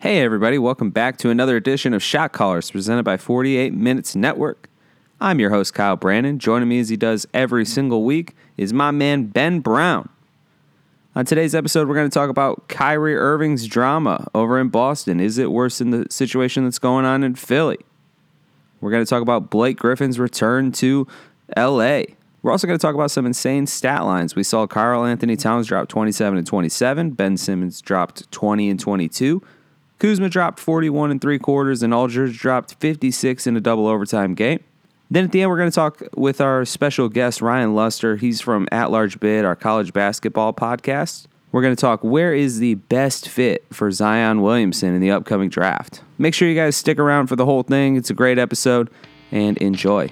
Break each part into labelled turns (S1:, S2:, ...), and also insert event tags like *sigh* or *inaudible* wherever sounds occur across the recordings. S1: Hey, everybody, welcome back to another edition of Shot Callers presented by 48 Minutes Network. I'm your host, Kyle Brandon. Joining me as he does every single week is my man, Ben Brown. On today's episode, we're going to talk about Kyrie Irving's drama over in Boston. Is it worse than the situation that's going on in Philly? We're going to talk about Blake Griffin's return to LA. We're also going to talk about some insane stat lines. We saw Carl Anthony Towns drop 27 and 27. Ben Simmons dropped 20 and 22. Kuzma dropped 41 and three quarters, and Aldridge dropped 56 in a double overtime game. Then at the end, we're going to talk with our special guest, Ryan Luster. He's from At Large Bid, our college basketball podcast. We're going to talk where is the best fit for Zion Williamson in the upcoming draft. Make sure you guys stick around for the whole thing. It's a great episode and enjoy.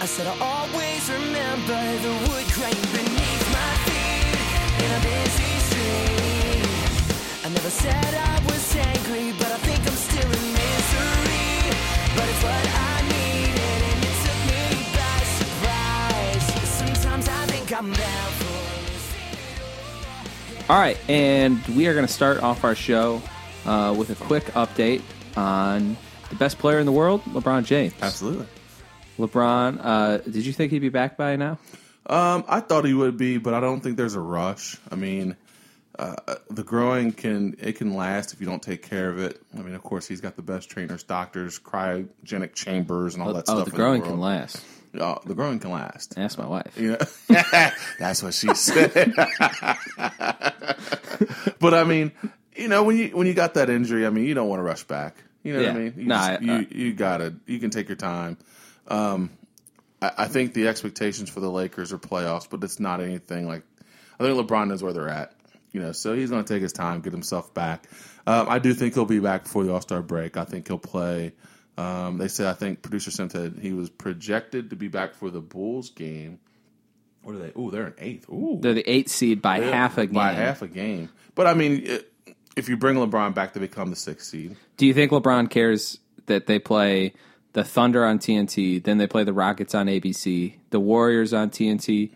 S2: I said I'll always remember the wood grain beneath my feet in a busy street. I never said I was angry, but I think I'm still in misery. But it's what I needed, and it took me by surprise. Sometimes I think I'm out for
S1: All right, and we are going to start off our show uh, with a quick update on the best player in the world, LeBron James.
S3: Absolutely.
S1: LeBron, uh, did you think he'd be back by now?
S3: Um, I thought he would be, but I don't think there's a rush. I mean, uh, the growing can it can last if you don't take care of it. I mean, of course, he's got the best trainers, doctors, cryogenic chambers, and all that
S1: oh,
S3: stuff.
S1: the
S3: in
S1: growing
S3: world.
S1: can last.
S3: Oh, the growing can last.
S1: Ask my wife. *laughs*
S3: You know? *laughs* That's what she said. *laughs* but I mean, you know, when you when you got that injury, I mean, you don't want to rush back. You know what
S1: Yeah.
S3: I mean? You,
S1: Nah,
S3: just-
S1: I- I-
S3: you you gotta you can take your time. Um, I, I think the expectations for the Lakers are playoffs, but it's not anything like. I think LeBron knows where they're at. You know, so he's going to take his time, get himself back. Um, I do think he'll be back before the All Star break. I think he'll play. Um, they said I think producer Sim said he was projected to be back for the Bulls game. What are they? Oh, they're an eighth. Ooh,
S1: They're the eight seed by half a game.
S3: by half a game. But I mean, it, if you bring LeBron back, they become the sixth seed.
S1: Do you think LeBron cares that they play the Thunder on TNT, then they play the Rockets on ABC, the Warriors on TNT,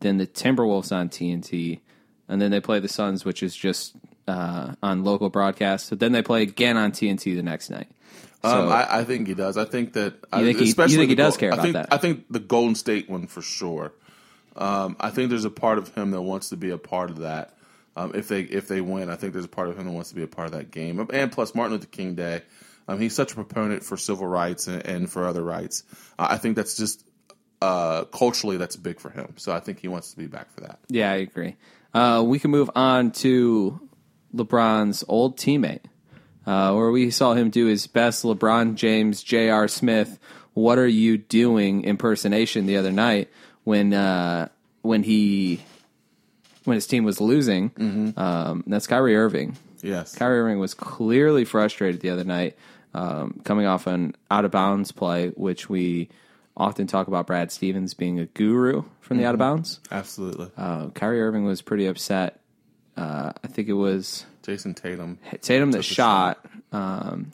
S1: then the Timberwolves on TNT, and then they play the Suns, which is just uh, on local broadcast. So then they play again on TNT the next night.
S3: um, I, I think he does. I think that I,
S1: think he- you
S3: especially
S1: think he
S3: the
S1: does
S3: Gol-
S1: care
S3: I
S1: about
S3: think-
S1: that?
S3: I think the Golden State one for sure. Um, I think there's a part of him that wants to be a part of that. Um, if they if they win, I think there's a part of him that wants to be a part of that game. Um, And plus Martin Luther King Day, um, he's such a proponent for civil rights and, and for other rights. Uh, I think that's just uh, culturally that's big for him. So I think he wants to be back for that.
S1: Yeah, I agree. Uh, we can move on to LeBron's old teammate, uh, where we saw him do his best LeBron James, J.R. Smith, what are you doing impersonation the other night when uh, when he when his team was losing. Um, that's Kyrie Irving.
S3: Yes.
S1: Kyrie Irving was clearly frustrated the other night, um, coming off an out of bounds play, which we often talk about Brad Stevens being a guru from the out of bounds.
S3: Absolutely.
S1: Uh, Kyrie Irving was pretty upset. Uh, I think it was
S3: Jason Tatum.
S1: Tatum that shot. Um,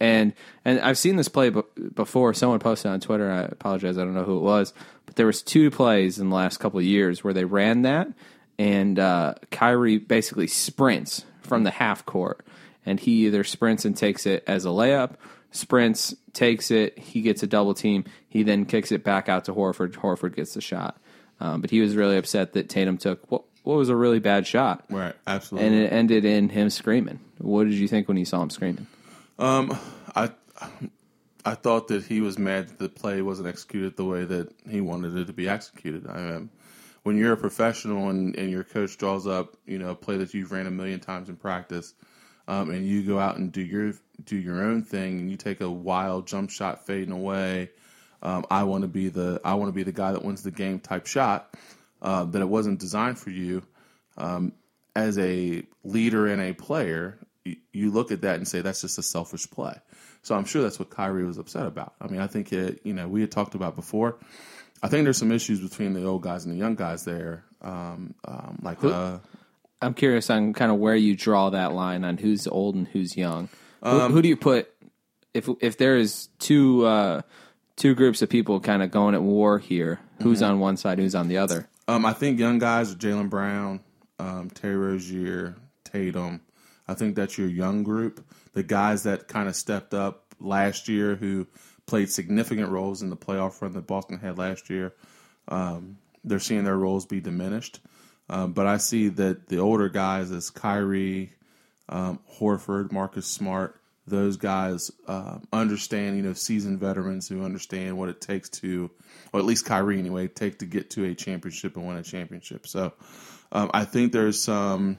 S1: and and I've seen this play b- before. Someone posted on Twitter. I apologize. I don't know who it was, but there was two plays in the last couple of years where they ran that, and uh, Kyrie basically sprints from the half court, and he either sprints and takes it as a layup, sprints takes it, he gets a double team, he then kicks it back out to Horford. Horford gets the shot, um, but he was really upset that Tatum took what what was a really bad shot
S3: Right. Absolutely.
S1: and it ended in him screaming. What did you think when you saw him screaming?
S3: I I thought that he was mad that the play wasn't executed the way that he wanted it to be executed. I um, when you're a professional and, and your coach draws up, you know, a play that you've ran a million times in practice, um, and you go out and do your do your own thing, and you take a wild jump shot fading away. Um, I want to be the I want to be the guy that wins the game type shot. Uh, that it wasn't designed for you as a leader and a player, y- you look at that and say that's just a selfish play. So I'm sure that's what Kyrie was upset about. I mean, I think it, you know we had talked about before. I think there's some issues between the old guys and the young guys there. Um, um, like uh,
S1: I'm curious on kind of where you draw that line on who's old and who's young. who, who do you put if if there is Mm-hmm. two uh, two groups of people kind of going at war here? Who's on one side? Who's on the other?
S3: Um, I think young guys are Jalen Brown, um, Terry Rozier, Tatum. I think that's your young group. The guys that kind of stepped up last year who played significant roles in the playoff run that Boston had last year, um, they're seeing their roles be diminished. Um, but I see that the older guys, as Kyrie, um, Horford, Marcus Smart, those guys uh, understand, you know, seasoned veterans who understand what it takes to, or at least Kyrie anyway, take to get to a championship and win a championship. So um, I think there's some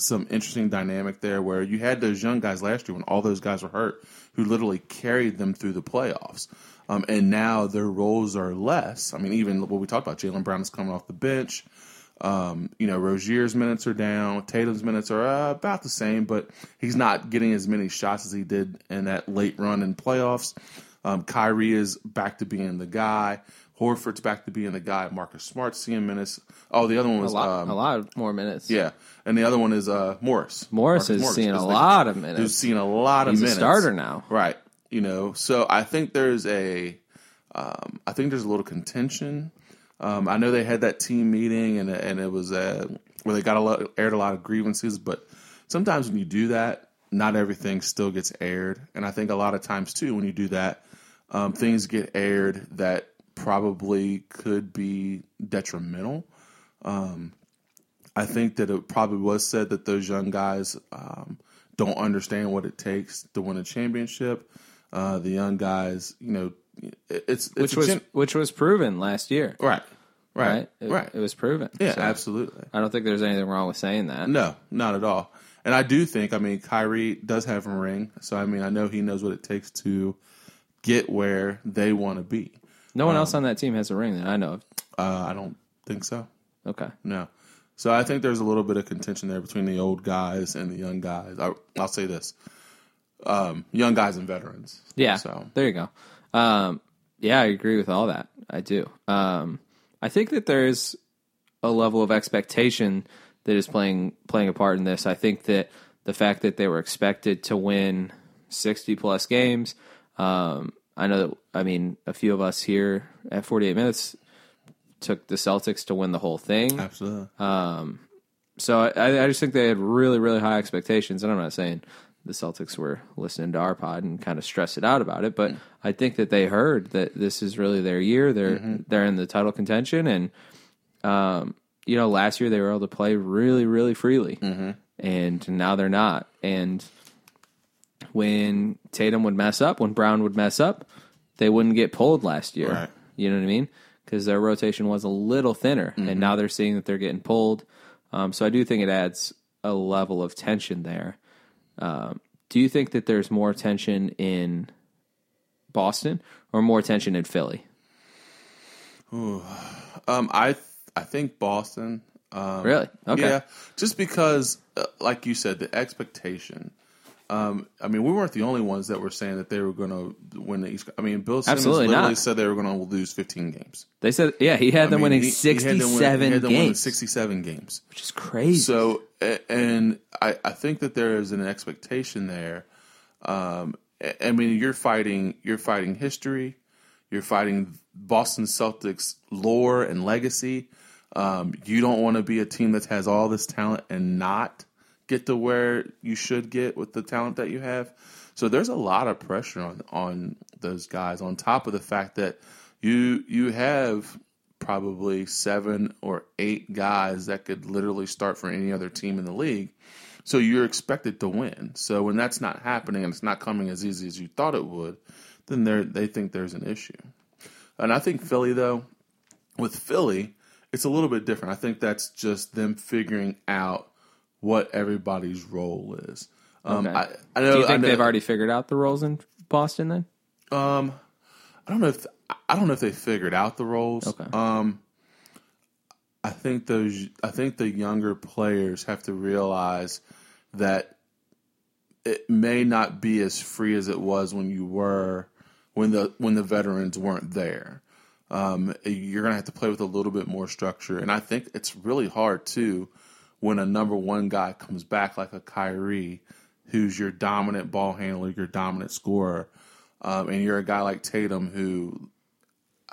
S3: some interesting dynamic there where you had those young guys last year when all those guys were hurt who literally carried them through the playoffs. Um, and now their roles are less. I mean, even what we talked about, Jalen Brown is coming off the bench. Um, you know, Rozier's minutes are down. Tatum's minutes are uh, about the same, but he's not getting as many shots as he did in that late run in playoffs. Um, Kyrie is back to being the guy. Horford's back to being the guy. Marcus Smart's seeing minutes. Oh, the other one
S1: A
S3: was
S1: lot,
S3: um,
S1: a lot more minutes.
S3: yeah, and the other one is uh, Morris.
S1: Morris
S3: Marcus
S1: is seeing a
S3: the-
S1: lot of minutes.
S3: Who's seeing a lot of
S1: He's a
S3: minutes.
S1: starter now.
S3: right? You know, so I think there's a, um, I think there's a little contention. Um, I know they had that team meeting and and it was uh where they got a lot aired a lot of grievances, but sometimes when you do that, not everything still gets aired, and I think a lot of times too when you do that, um, things get aired that probably could be detrimental. Um, I think that it probably was said that those young guys um, don't understand what it takes to win a championship. Uh, the young guys, you know, it- it's, it's
S1: which
S3: a
S1: was
S3: gen-
S1: which was proven last year.
S3: right, right,
S1: Right,
S3: right.
S1: It, it was proven.
S3: yeah,
S1: So
S3: absolutely.
S1: I don't think there's anything wrong with saying that.
S3: No, not at all. And I do think, I mean, Kyrie does have a ring, so I mean, I know he knows what it takes to get where they want to be.
S1: No one else on that team has a ring that I know of.
S3: Uh, I don't think so.
S1: Okay,
S3: No. So I think there's a little bit of contention there between the old guys and the young guys. I, I'll say this: um, young guys and veterans.
S1: yeah,
S3: So
S1: there you go. Um, yeah, I agree with all that. I do. Um, I think that there is a level of expectation that is playing playing a part in this. I think that the fact that they were expected to win sixty plus games. Um, I know. That, I mean, a few of us here at forty eight minutes took the Celtics to win the whole thing.
S3: absolutely.
S1: So I, I just think they had really, really high expectations. And I'm not saying the Celtics were listening to our pod and kind of stressed it out about it, but I think that they heard that this is really their year. They're they're in the title contention, and um, you know, last year they were able to play really, really freely,
S3: Mm-hmm.
S1: and now they're not. And when Tatum would mess up, when Brown would mess up, they wouldn't get pulled last year.
S3: Right.
S1: You know what I mean? Because their rotation was a little thinner,
S3: Mm-hmm.
S1: and now they're seeing that they're getting pulled. Um, so I do think it adds a level of tension there. Um, do you think that there's more tension in Boston or more tension in Philly?
S3: um, I th- I think Boston. Um,
S1: Really? Okay.
S3: Yeah, just because, uh, like you said, the expectation. Um, I mean, we weren't the only ones that were saying that they were going to win the East. I mean, Bill Simmons
S1: Absolutely
S3: literally
S1: not.
S3: said they were going to lose 15 games.
S1: They said, yeah, he had
S3: I
S1: them
S3: mean,
S1: winning
S3: he- he had them win- he
S1: 67
S3: had them winning
S1: games,
S3: 67 games.
S1: which is crazy.
S3: So, a- and I, I think that there is an expectation there. Um, I- I mean, you're fighting, you're fighting history, you're fighting Boston Celtics lore and legacy. Um, you don't want to be a team that has all this talent and not get to where you should get with the talent that you have. So there's a lot of pressure on on those guys. On top of the fact that you you have probably seven or eight guys that could literally start for any other team in the league. So you're expected to win. So when that's not happening and it's not coming as easy as you thought it would, then they they think there's an issue. And I think Philly though, with Philly, it's a little bit different. I think that's just them figuring out what everybody's role is. Um,
S1: Okay.
S3: I, I know,
S1: do you
S3: I
S1: think
S3: know-
S1: they've already figured out the roles in Boston then?
S3: I don't know if I don't know if they figured out the roles.
S1: Okay.
S3: Um, I think those. I think the younger players have to realize that it may not be as free as it was when you were when the when the veterans weren't there. Um, you're gonna have to play with a little bit more structure, and I think it's really hard too when a number one guy comes back like a Kyrie, who's your dominant ball handler, your dominant scorer, um, and you're a guy like Tatum who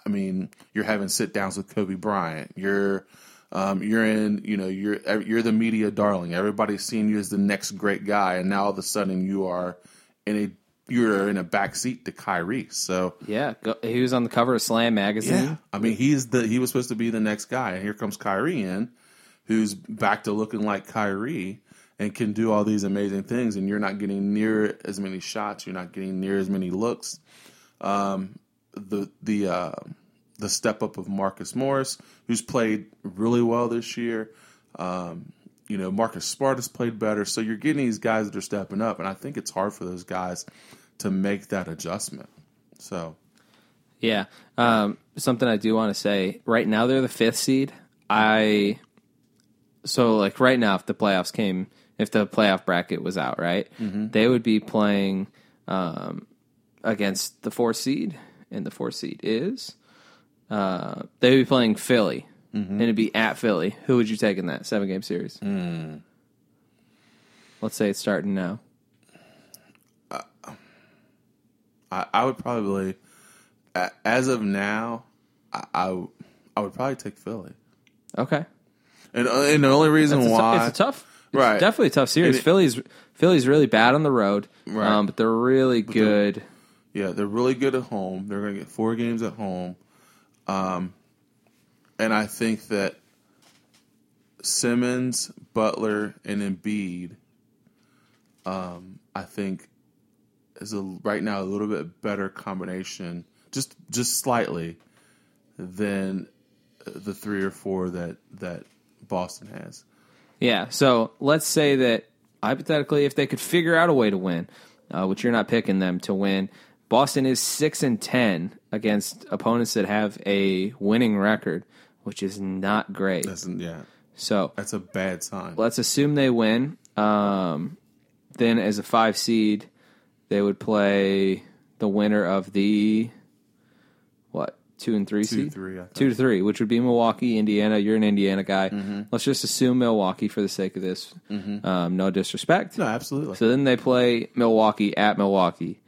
S3: I mean, you're having sit downs with Kobe Bryant. You're um, you're in, you know, you're you're the media darling. Everybody's seeing you as the next great guy, and now all of a sudden you are in a you're in a backseat to Kyrie. So
S1: Yeah, go, he was on the cover of Slam magazine.
S3: I mean, he's the he was supposed to be the next guy, and here comes Kyrie in, who's back to looking like Kyrie and can do all these amazing things. And you're not getting near as many shots. You're not getting near as many looks. Um, the the uh, the step up of Marcus Morris, who's played really well this year. Um, you know, Marcus Smart has played better. So you're getting these guys that are stepping up, and I think it's hard for those guys to make that adjustment. So
S1: Yeah. Um, something I do want to say right now, they're the fifth seed. I so like right now, if the playoffs came, if the playoff bracket was out, right, they would be playing um, against the fourth seed, and the fourth seed is uh, they would be playing Philly, and it'd be at Philly. Who would you take in that seven game series? Let's say it's starting now.
S3: I, I would probably, a- as of now, I, I w- I would probably take Philly.
S1: Okay,
S3: And uh, and the only reason
S1: It's a tou-
S3: why
S1: it's a tough, it's
S3: Right.
S1: Definitely a tough series.
S3: And it-
S1: Philly's Philly's really bad on the road,
S3: Right.
S1: um, but they're really good.
S3: Yeah, they're really good at home. They're going to get four games at home. Um, and I think that Simmons, Butler, and Embiid, um, I think, is a, right now a little bit better combination, just just slightly, than the three or four that that Boston has.
S1: yeah. So let's say that hypothetically, if they could figure out a way to win, uh, which you're not picking them to win, Boston is six and ten against opponents that have a winning record, which is not great.
S3: That's yeah,
S1: So
S3: that's a bad sign.
S1: let's assume they win. Um, then, as a five seed, they would play the winner of the what two and three
S3: Two,
S1: seed,
S3: three, I think. Mm-hmm.
S1: two to three, which would be Milwaukee, Indiana. You're an Indiana guy. Let's just assume Milwaukee for the sake of this. Um, no disrespect.
S3: No, absolutely.
S1: So then they play Milwaukee at Milwaukee.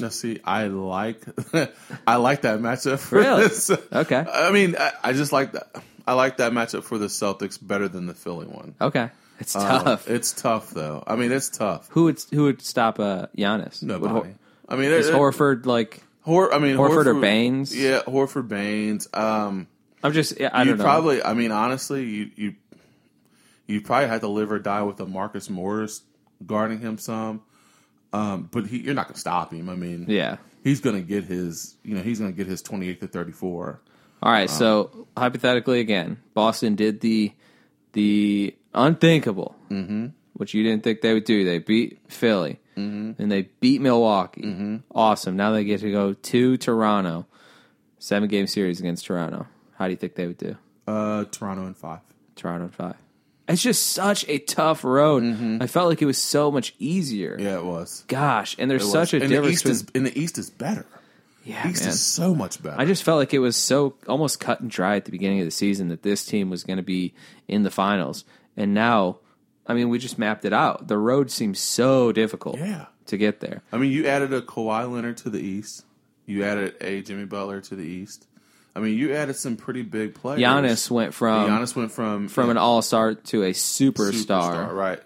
S3: Now, see, I like, *laughs* I like that matchup. For *laughs*
S1: Really?
S3: this.
S1: Okay.
S3: I mean, I, I just like that. I like that matchup for the Celtics better than the Philly one.
S1: Okay, it's
S3: Uh,
S1: tough.
S3: it's tough though. I mean, it's tough.
S1: who would who would stop uh, Giannis? Would
S3: Nobody.
S1: Hor-
S3: I mean,
S1: is
S3: it- it-
S1: Horford like?
S3: Hor- I mean,
S1: Horford or Baines?
S3: Yeah, Horford Baines. Um,
S1: I'm just. I
S3: you
S1: don't know.
S3: probably. I mean, honestly, you you you probably had to live or die with the Marcus Morris guarding him some. Um, but he, you're not going to stop him. I mean,
S1: yeah.
S3: he's going to get his. You know, he's going to get his 28 to 34.
S1: All right, so hypothetically again, Boston did the the unthinkable, mm-hmm. which you didn't think they would do. They beat Philly, mm-hmm. and they beat Milwaukee.
S3: Mm-hmm.
S1: Awesome. Now they get to go to Toronto, seven game series against Toronto. How do you think they would do?
S3: Uh, Toronto in five.
S1: Toronto in five. It's just such a tough road. I felt like it was so much easier.
S3: Mm-hmm. Yeah, it was.
S1: Gosh, and there's
S3: It
S1: such
S3: was.
S1: a
S3: and the
S1: difference.
S3: East is and the East is better.
S1: between- yeah,
S3: East
S1: man.
S3: is so much better.
S1: I just felt like it was so almost cut and dry at the beginning of the season that this team was going to be in the finals. And now, I mean, we just mapped it out. The road seems so difficult
S3: Yeah.
S1: to get there.
S3: I mean, you added a Kawhi Leonard to the East. You added a Jimmy Butler to the East. I mean, you added some pretty big players.
S1: Giannis went from
S3: Giannis went from
S1: from an all star to a superstar.
S3: right?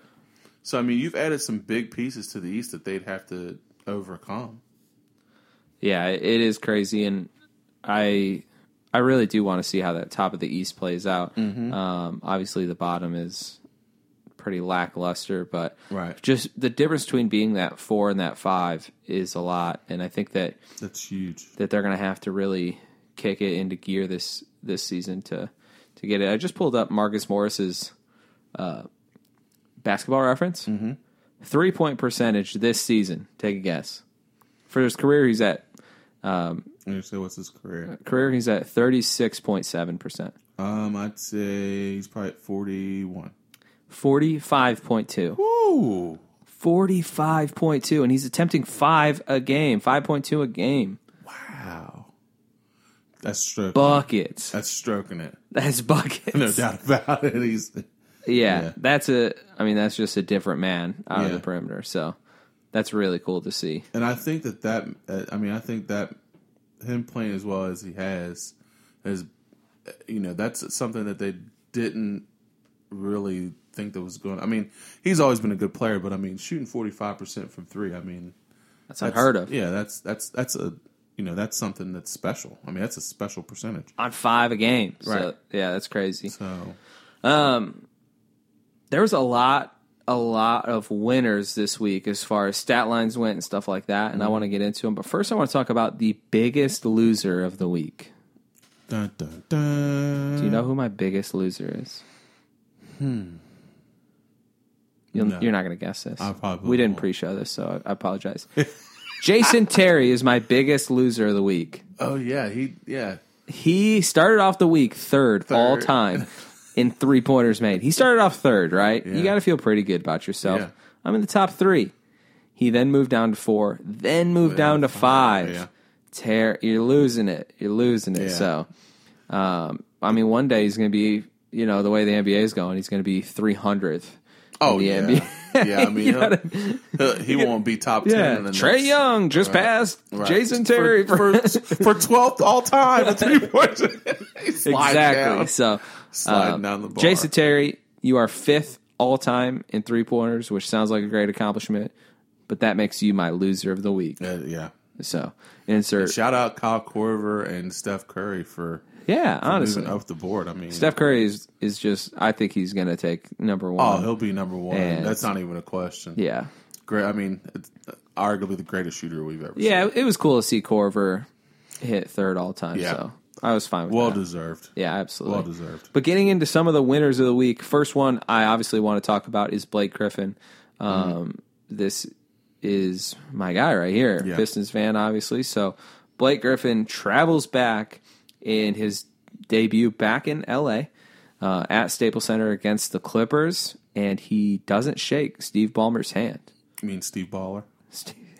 S3: So I mean, you've added some big pieces to the East that they'd have to overcome.
S1: Yeah, it is crazy, and I I really do want to see how that top of the East plays out.
S3: Mm-hmm.
S1: Um, obviously, the bottom is pretty lackluster, but
S3: Right.
S1: just the difference between being that four and that five is a lot, and I think that
S3: That's huge.
S1: that they're going to have to really kick it into gear this this season to to get it. I just pulled up Marcus Morris's uh, basketball reference. Mm-hmm. Three point percentage this season. Take a guess. For his career, he's at
S3: And you say, what's his career?
S1: career he's at thirty six point seven percent,
S3: Um, I'd say he's probably at forty-one.
S1: forty five point two,
S3: Ooh,
S1: forty five point two, and he's attempting five a game, five point two a game.
S3: wow, that's stroking.
S1: Buckets.
S3: that's stroking it.
S1: That's buckets.
S3: No doubt about it. He's
S1: Yeah,
S3: Yeah.
S1: that's a. I mean, that's just a different man out of
S3: Yeah.
S1: the perimeter. So that's really cool to see.
S3: And I think that that uh, I mean I think that him playing as well as he has is you know that's something that they didn't really think that was going. I mean, he's always been a good player, but I mean, shooting forty five percent from three. I mean,
S1: That's unheard of.
S3: Yeah, that's that's that's a you know that's something that's special. I mean, that's a special percentage.
S1: On five a game. So,
S3: Right.
S1: Yeah, that's crazy.
S3: So
S1: there was a lot a lot of winners this week as far as stat lines went and stuff like that
S3: Mm-hmm.
S1: and i want to get into them but first i want to talk about the biggest loser of the week
S3: dun dun dun.
S1: do you know who my biggest loser is hmm You'll,
S3: No.
S1: you're not going to guess this
S3: I probably
S1: we didn't
S3: won't.
S1: pre-show this so i, I
S3: *laughs*
S1: apologize jason terry is my biggest loser of the week
S3: Oh yeah, he yeah.
S1: he started off the week third, all
S3: Third.
S1: time in three pointers made. He started off third, right?
S3: Yeah.
S1: You got to feel pretty good about yourself.
S3: Yeah.
S1: I'm in the top three. He then moved down to four, then moved down to five.
S3: yeah.
S1: Tear, you're losing it. You're losing it.
S3: Yeah.
S1: So, um, I mean, one day he's going to be, you know, the way the NBA is going, he's going to be 300th.
S3: Oh
S1: The
S3: yeah,
S1: NBA.
S3: yeah. I
S1: *laughs*
S3: mean,
S1: You
S3: he'll-
S1: gotta-
S3: he'll- he won't be top ten. in
S1: yeah.
S3: the
S1: Trey
S3: next-
S1: Young just
S3: Right.
S1: passed
S3: Right.
S1: Jason Terry for,
S3: *laughs* for for twelfth all time
S1: *laughs*
S3: at three points. *laughs* He slides
S1: exactly. *laughs*
S3: down.
S1: So
S3: Sliding
S1: um,
S3: down the bar.
S1: Jason Terry, you are fifth all time in three pointers, which sounds like a great accomplishment, but that makes you my loser of the week.
S3: Uh, yeah.
S1: So insert
S3: Shout out Kyle Corver and Steph Curry for
S1: yeah, honestly.
S3: moving up the board. I mean,
S1: Steph Curry is is just I think he's gonna take number one.
S3: Oh, he'll be number one.
S1: And-
S3: That's not even a question.
S1: yeah.
S3: Great. I mean, it's uh, arguably the greatest shooter we've ever seen.
S1: Yeah, it was cool to see Corver hit third all time,
S3: Yeah.
S1: so I was fine with
S3: Well
S1: that.
S3: deserved.
S1: Yeah, absolutely.
S3: Well deserved.
S1: But getting into some of the winners of the week, first one I obviously want to talk about is Blake Griffin. Um, This is my guy right here,
S3: Yeah.
S1: Pistons fan, obviously. So Blake Griffin travels back in his debut back in LA uh, at Staples Center against the Clippers, and he doesn't shake Steve Ballmer's hand. *laughs*
S3: I mean, Steve Baller.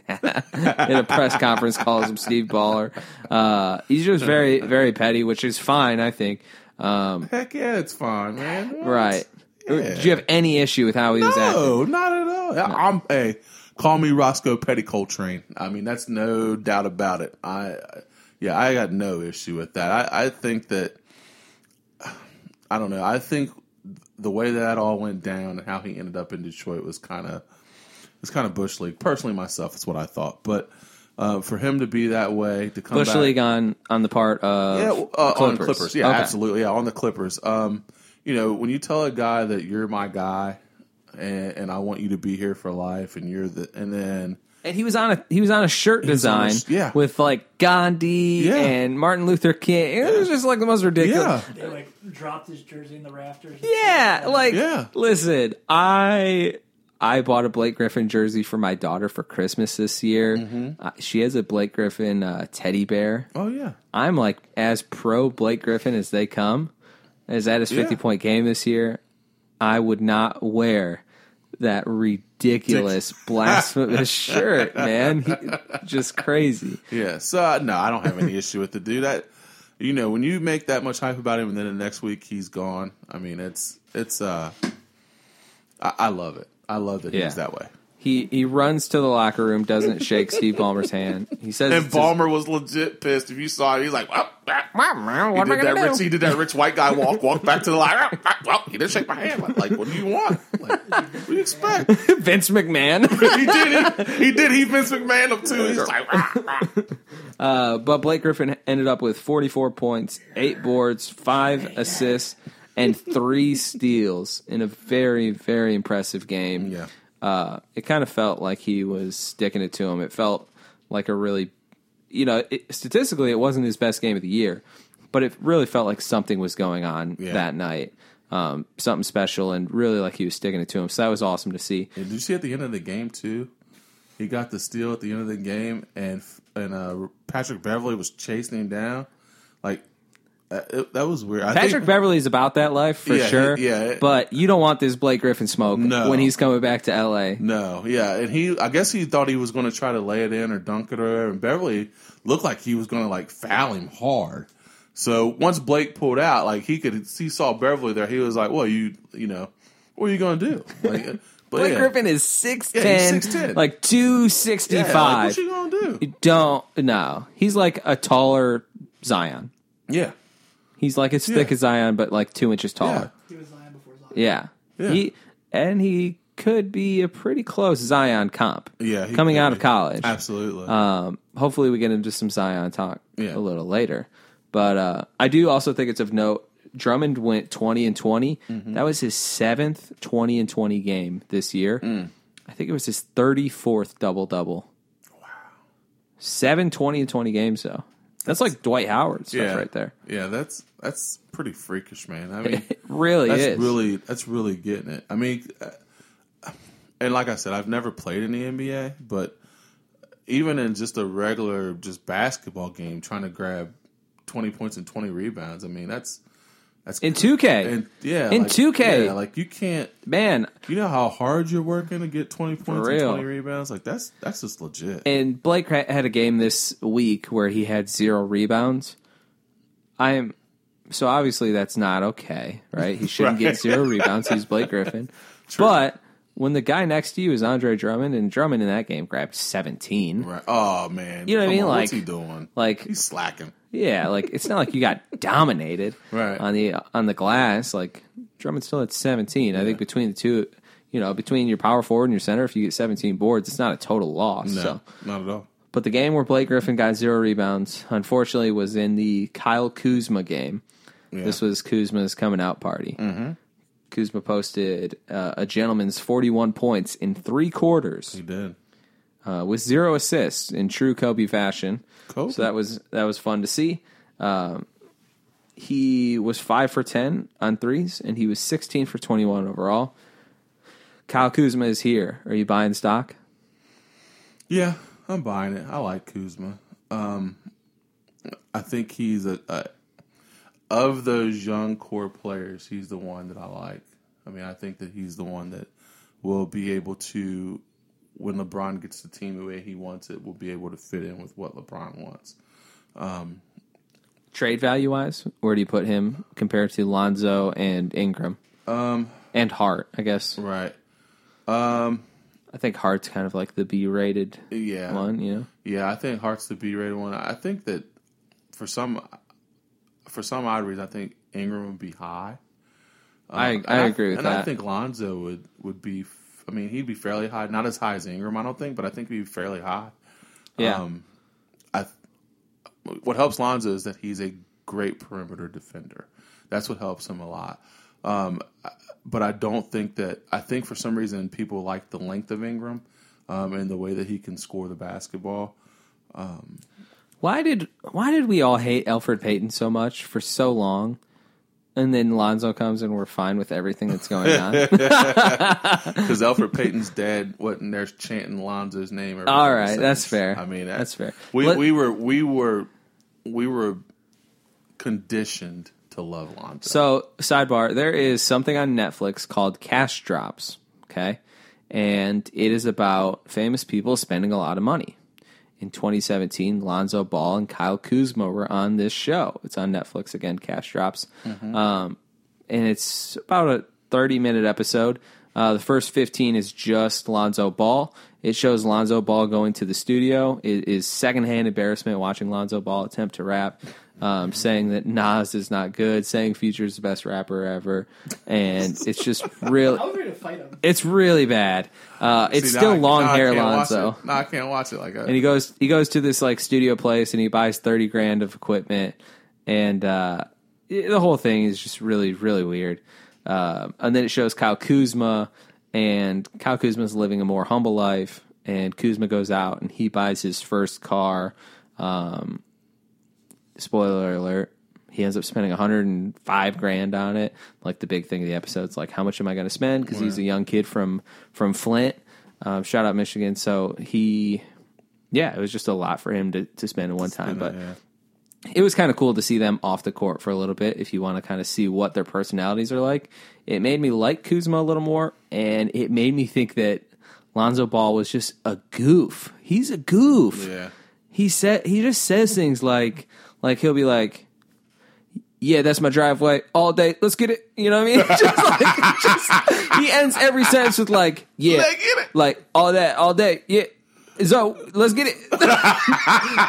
S1: in a press conference calls him Steve Baller. Uh, he's just very, very petty, which is fine, I think. Um,
S3: Heck yeah, it's fine, man. What?
S1: Right.
S3: Yeah.
S1: Do you have any issue with how he was acting?
S3: No, not at all. I- I'm hey, call me Roscoe Petty Coltrane. I mean, that's no doubt about it. I yeah, I got no issue with that. I, I think that I don't know. I think the way that all went down and how he ended up in Detroit was kind of it's kind of bush league. Personally, myself, that's what I thought. But uh, for him to be that way to come
S1: Bush
S3: back,
S1: league on on the part of
S3: yeah, well, uh, on
S1: Clippers.
S3: Clippers. Yeah,
S1: Okay.
S3: absolutely. Yeah, on the Clippers. Um, you know, when you tell a guy that you're my guy and, and I want you to be here for life, and you're the, and then
S1: And he was on a he was on a shirt
S3: on a
S1: design
S3: sh- yeah.
S1: with like Gandhi
S3: Yeah.
S1: and Martin Luther King. It was just like the most ridiculous.
S3: yeah,
S4: They like dropped his jersey in the rafters.
S1: Yeah, like
S3: Yeah.
S1: listen, I I bought a Blake Griffin jersey for my daughter for Christmas this year.
S3: Mm-hmm.
S1: Uh, she has a Blake Griffin uh, teddy bear.
S3: oh yeah,
S1: I'm like as pro Blake Griffin as they come. As at his 50
S3: Yeah.
S1: point game this year, I would not wear that ridiculous
S3: *laughs*
S1: blasphemous shirt, man. He- just crazy.
S3: yeah. So uh, no, I don't have any issue with the dude. That you know, when you make that much hype about him, and then the next week he's gone. I mean, it's it's uh, I, I love it. I love that
S1: Yeah.
S3: he's that way.
S1: He he runs to the locker room, doesn't shake Steve Ballmer's hand. He says,
S3: And
S1: it's his-
S3: Ballmer was legit pissed. If you saw it, he's like, well, ah,
S1: "Wow, man,
S3: He
S1: what am I
S3: did, that
S1: gonna
S3: rich,
S1: do?"
S3: he did that rich white guy walk, walk back to the line. "Ah, ah, Well, he didn't shake my hand. Like, like, what do you want? Like, what do you expect? he
S1: *laughs* Vince McMahon.
S3: did. He, he did. He Vince McMahon up too. He's like, "Ah, ah."
S1: Uh, but Blake Griffin ended up with 44 points, eight boards, five assists, and three steals in a very very impressive game.
S3: yeah,
S1: uh, it kind of felt like he was sticking it to him. It felt like a really, you know, it, statistically, it wasn't his best game of the year, but it really felt like something was going on
S3: Yeah.
S1: that night, um, something special, and really like he was sticking it to him. So that was awesome to see.
S3: And did you see at the end of the game too? He got the steal at the end of the game, and and uh, Patrick Beverly was chasing him down. Like uh, it, that was weird. I
S1: Patrick
S3: think,
S1: Beverly's about that life for
S3: Yeah, he-
S1: sure,
S3: yeah.
S1: But you don't want this Blake Griffin smoke
S3: No.
S1: when he's coming back to LA.
S3: No, yeah, and he, I guess he thought he was going to try to lay it in or dunk it or whatever. And Beverly looked like he was going to like foul him hard. So once Blake
S1: *laughs*
S3: pulled out, like he could, he saw Beverly there. He was like, "Well, you, you know, what are you going to do? Like, But
S1: Blake
S3: yeah.
S1: Griffin is 6'10",
S3: Yeah, he's 6'10".
S1: like
S3: Yeah,
S1: 265.
S3: like, what you gonna do?
S1: You Don't no. He's like a taller Zion.
S3: Yeah,
S1: He's like as
S3: Yeah.
S1: thick as Zion, but like two inches
S3: yeah,
S1: taller.
S2: He was Zion before Zion.
S1: Yeah.
S3: Yeah.
S1: He and he could be a pretty close Zion comp.
S3: Yeah, he
S1: Coming
S3: could
S1: out
S3: be.
S1: of college.
S3: absolutely.
S1: Um, hopefully we get into some Zion talk
S3: Yeah.
S1: a little later. But uh, I do also think it's of note. Drummond went twenty and 20
S3: Mm-hmm.
S1: That was his seventh twenty and twenty game this year.
S3: Mm.
S1: I think it was his thirty fourth double double. Wow, seven 20 and twenty games though. That's, like Dwight Howard stuff
S3: yeah,
S1: right there. *laughs*
S3: Yeah, that's that's pretty freakish, man. I mean,
S1: It really
S3: that's
S1: is.
S3: really that's really getting it. I mean, uh, and like I said, I've never played in the NBA, but even in just a regular just basketball game, trying to grab twenty points and twenty rebounds, I mean, that's that's
S1: in two K.
S3: and yeah,
S1: In
S3: like-
S1: 2K.
S3: yeah, like you can't.
S1: Man,
S3: You know how hard you're working to get twenty points and
S1: real.
S3: twenty rebounds. Like that's that's just legit.
S1: and Blake ha- had a game this week where he had zero rebounds. I'm so obviously that's not okay, right? He shouldn't
S3: *laughs*
S1: get zero rebounds. He's Blake Griffin. But when the guy next to you is Andre Drummond, and Drummond in that game grabbed 17,
S3: right? Oh man,
S1: You know what I
S3: Come
S1: mean?
S3: on, what's
S1: Like-
S3: he doing?
S1: like
S3: He's slacking.
S1: yeah, like it's not like you got dominated
S3: Right.
S1: on the on the glass. Like Drummond still at 17. I think between the two, you know, between your power forward and your center, if you get 17 boards, it's not a total loss.
S3: No,
S1: So.
S3: not at all.
S1: But the game where Blake Griffin got zero rebounds, unfortunately, was in the Kyle Kuzma game.
S3: Yeah.
S1: This was Kuzma's coming out party. Mm-hmm. Kuzma posted uh, a gentleman's 41 points in three quarters
S3: he did.
S1: uh, with zero assists in true Kobe fashion.
S3: Kobe.
S1: So that was that was fun to see. Um, he was five for ten on threes, and he was 16 for 21 overall. Kyle Kuzma is here. Are you buying stock?
S3: Yeah, I'm buying it. I like Kuzma. Um, I think he's a, a of those young core players. He's the one that I like. I mean, I think that he's the one that will be able to, when LeBron gets the team the way he wants it, will be able to fit in with what LeBron wants.
S1: trade value wise, where do you put him compared to Lonzo and Ingram? Um, and Hart, I guess.
S3: Right?
S1: I think Hart's kind of like the B rated
S3: Yeah.
S1: one, you know.
S3: Yeah, I think Hart's the B rated one. I think that for some for some odd reason, I think Ingram would be high.
S1: I
S3: Um, And
S1: I agree with
S3: and
S1: that.
S3: I think Lonzo would would be. f- I mean, he'd be fairly high, not as high as Ingram, I don't think, but I think he'd be fairly high.
S1: yeah,
S3: um, I what helps Lonzo is that he's a great perimeter defender. That's what helps him a lot. Um, I- but I don't think that I think for some reason people like the length of Ingram um, and the way that he can score the basketball.
S1: why did why did we all hate Alfred Payton so much for so long, and then Lonzo comes and we're fine with everything that's
S3: *laughs*
S1: going on? *laughs*
S3: Because Alfred Payton's dad wasn't there chanting Lonzo's name. every
S1: All
S3: couple
S1: right,
S3: seconds.
S1: that's fair.
S3: I mean, that-
S1: That's fair.
S3: We
S1: Let-
S3: we were we were we were conditioned to love Lonzo.
S1: So, sidebar, there is something on Netflix called Cash Drops, okay? And it is about famous people spending a lot of money. In 2017, Lonzo Ball and Kyle Kuzma were on this show. It's on Netflix again, Cash Drops. Um, and it's about a 30 minute episode. Uh, the first 15 is just Lonzo Ball. It shows Lonzo Ball going to the studio. It is secondhand embarrassment watching Lonzo Ball attempt to rap, um, saying that Nas is not good, saying Future's the best rapper ever, and it's
S2: *laughs*
S1: just really,
S2: I was ready to fight him.
S1: it's really bad. Uh, it's
S3: See, now
S1: still
S3: I-
S1: long
S3: now I
S1: hair
S3: can't watch
S1: Lonzo.
S3: it. No, I can't watch it like that.
S1: And he goes he goes to this like studio place and he buys 30 grand of equipment and uh it- the whole thing is just really really weird uh, and then it shows Kyle Kuzma and Kyle Kuzma's living a more humble life and Kuzma goes out and he buys his first car um spoiler alert he ends up spending 105 grand on it like the big thing of the episode is like how much am i going to spend because he's a young kid from from flint um, shout out michigan so he yeah, it was just a lot for him to, to spend in one time. But
S3: yeah.
S1: it was kind of cool to see them off the court for a little bit if you want to kind of see what their personalities are like. It made me like Kuzma a little more, and it made me think that Lonzo Ball was just a goof. He's a goof
S3: yeah,
S1: he said he just says things like like he'll be like yeah, that's my driveway all day. Let's get it. You know what I mean? *laughs* just like, just, he ends every sentence with like, yeah,
S3: Let's get it.
S1: like all that all day. Yeah. So let's get it. *laughs*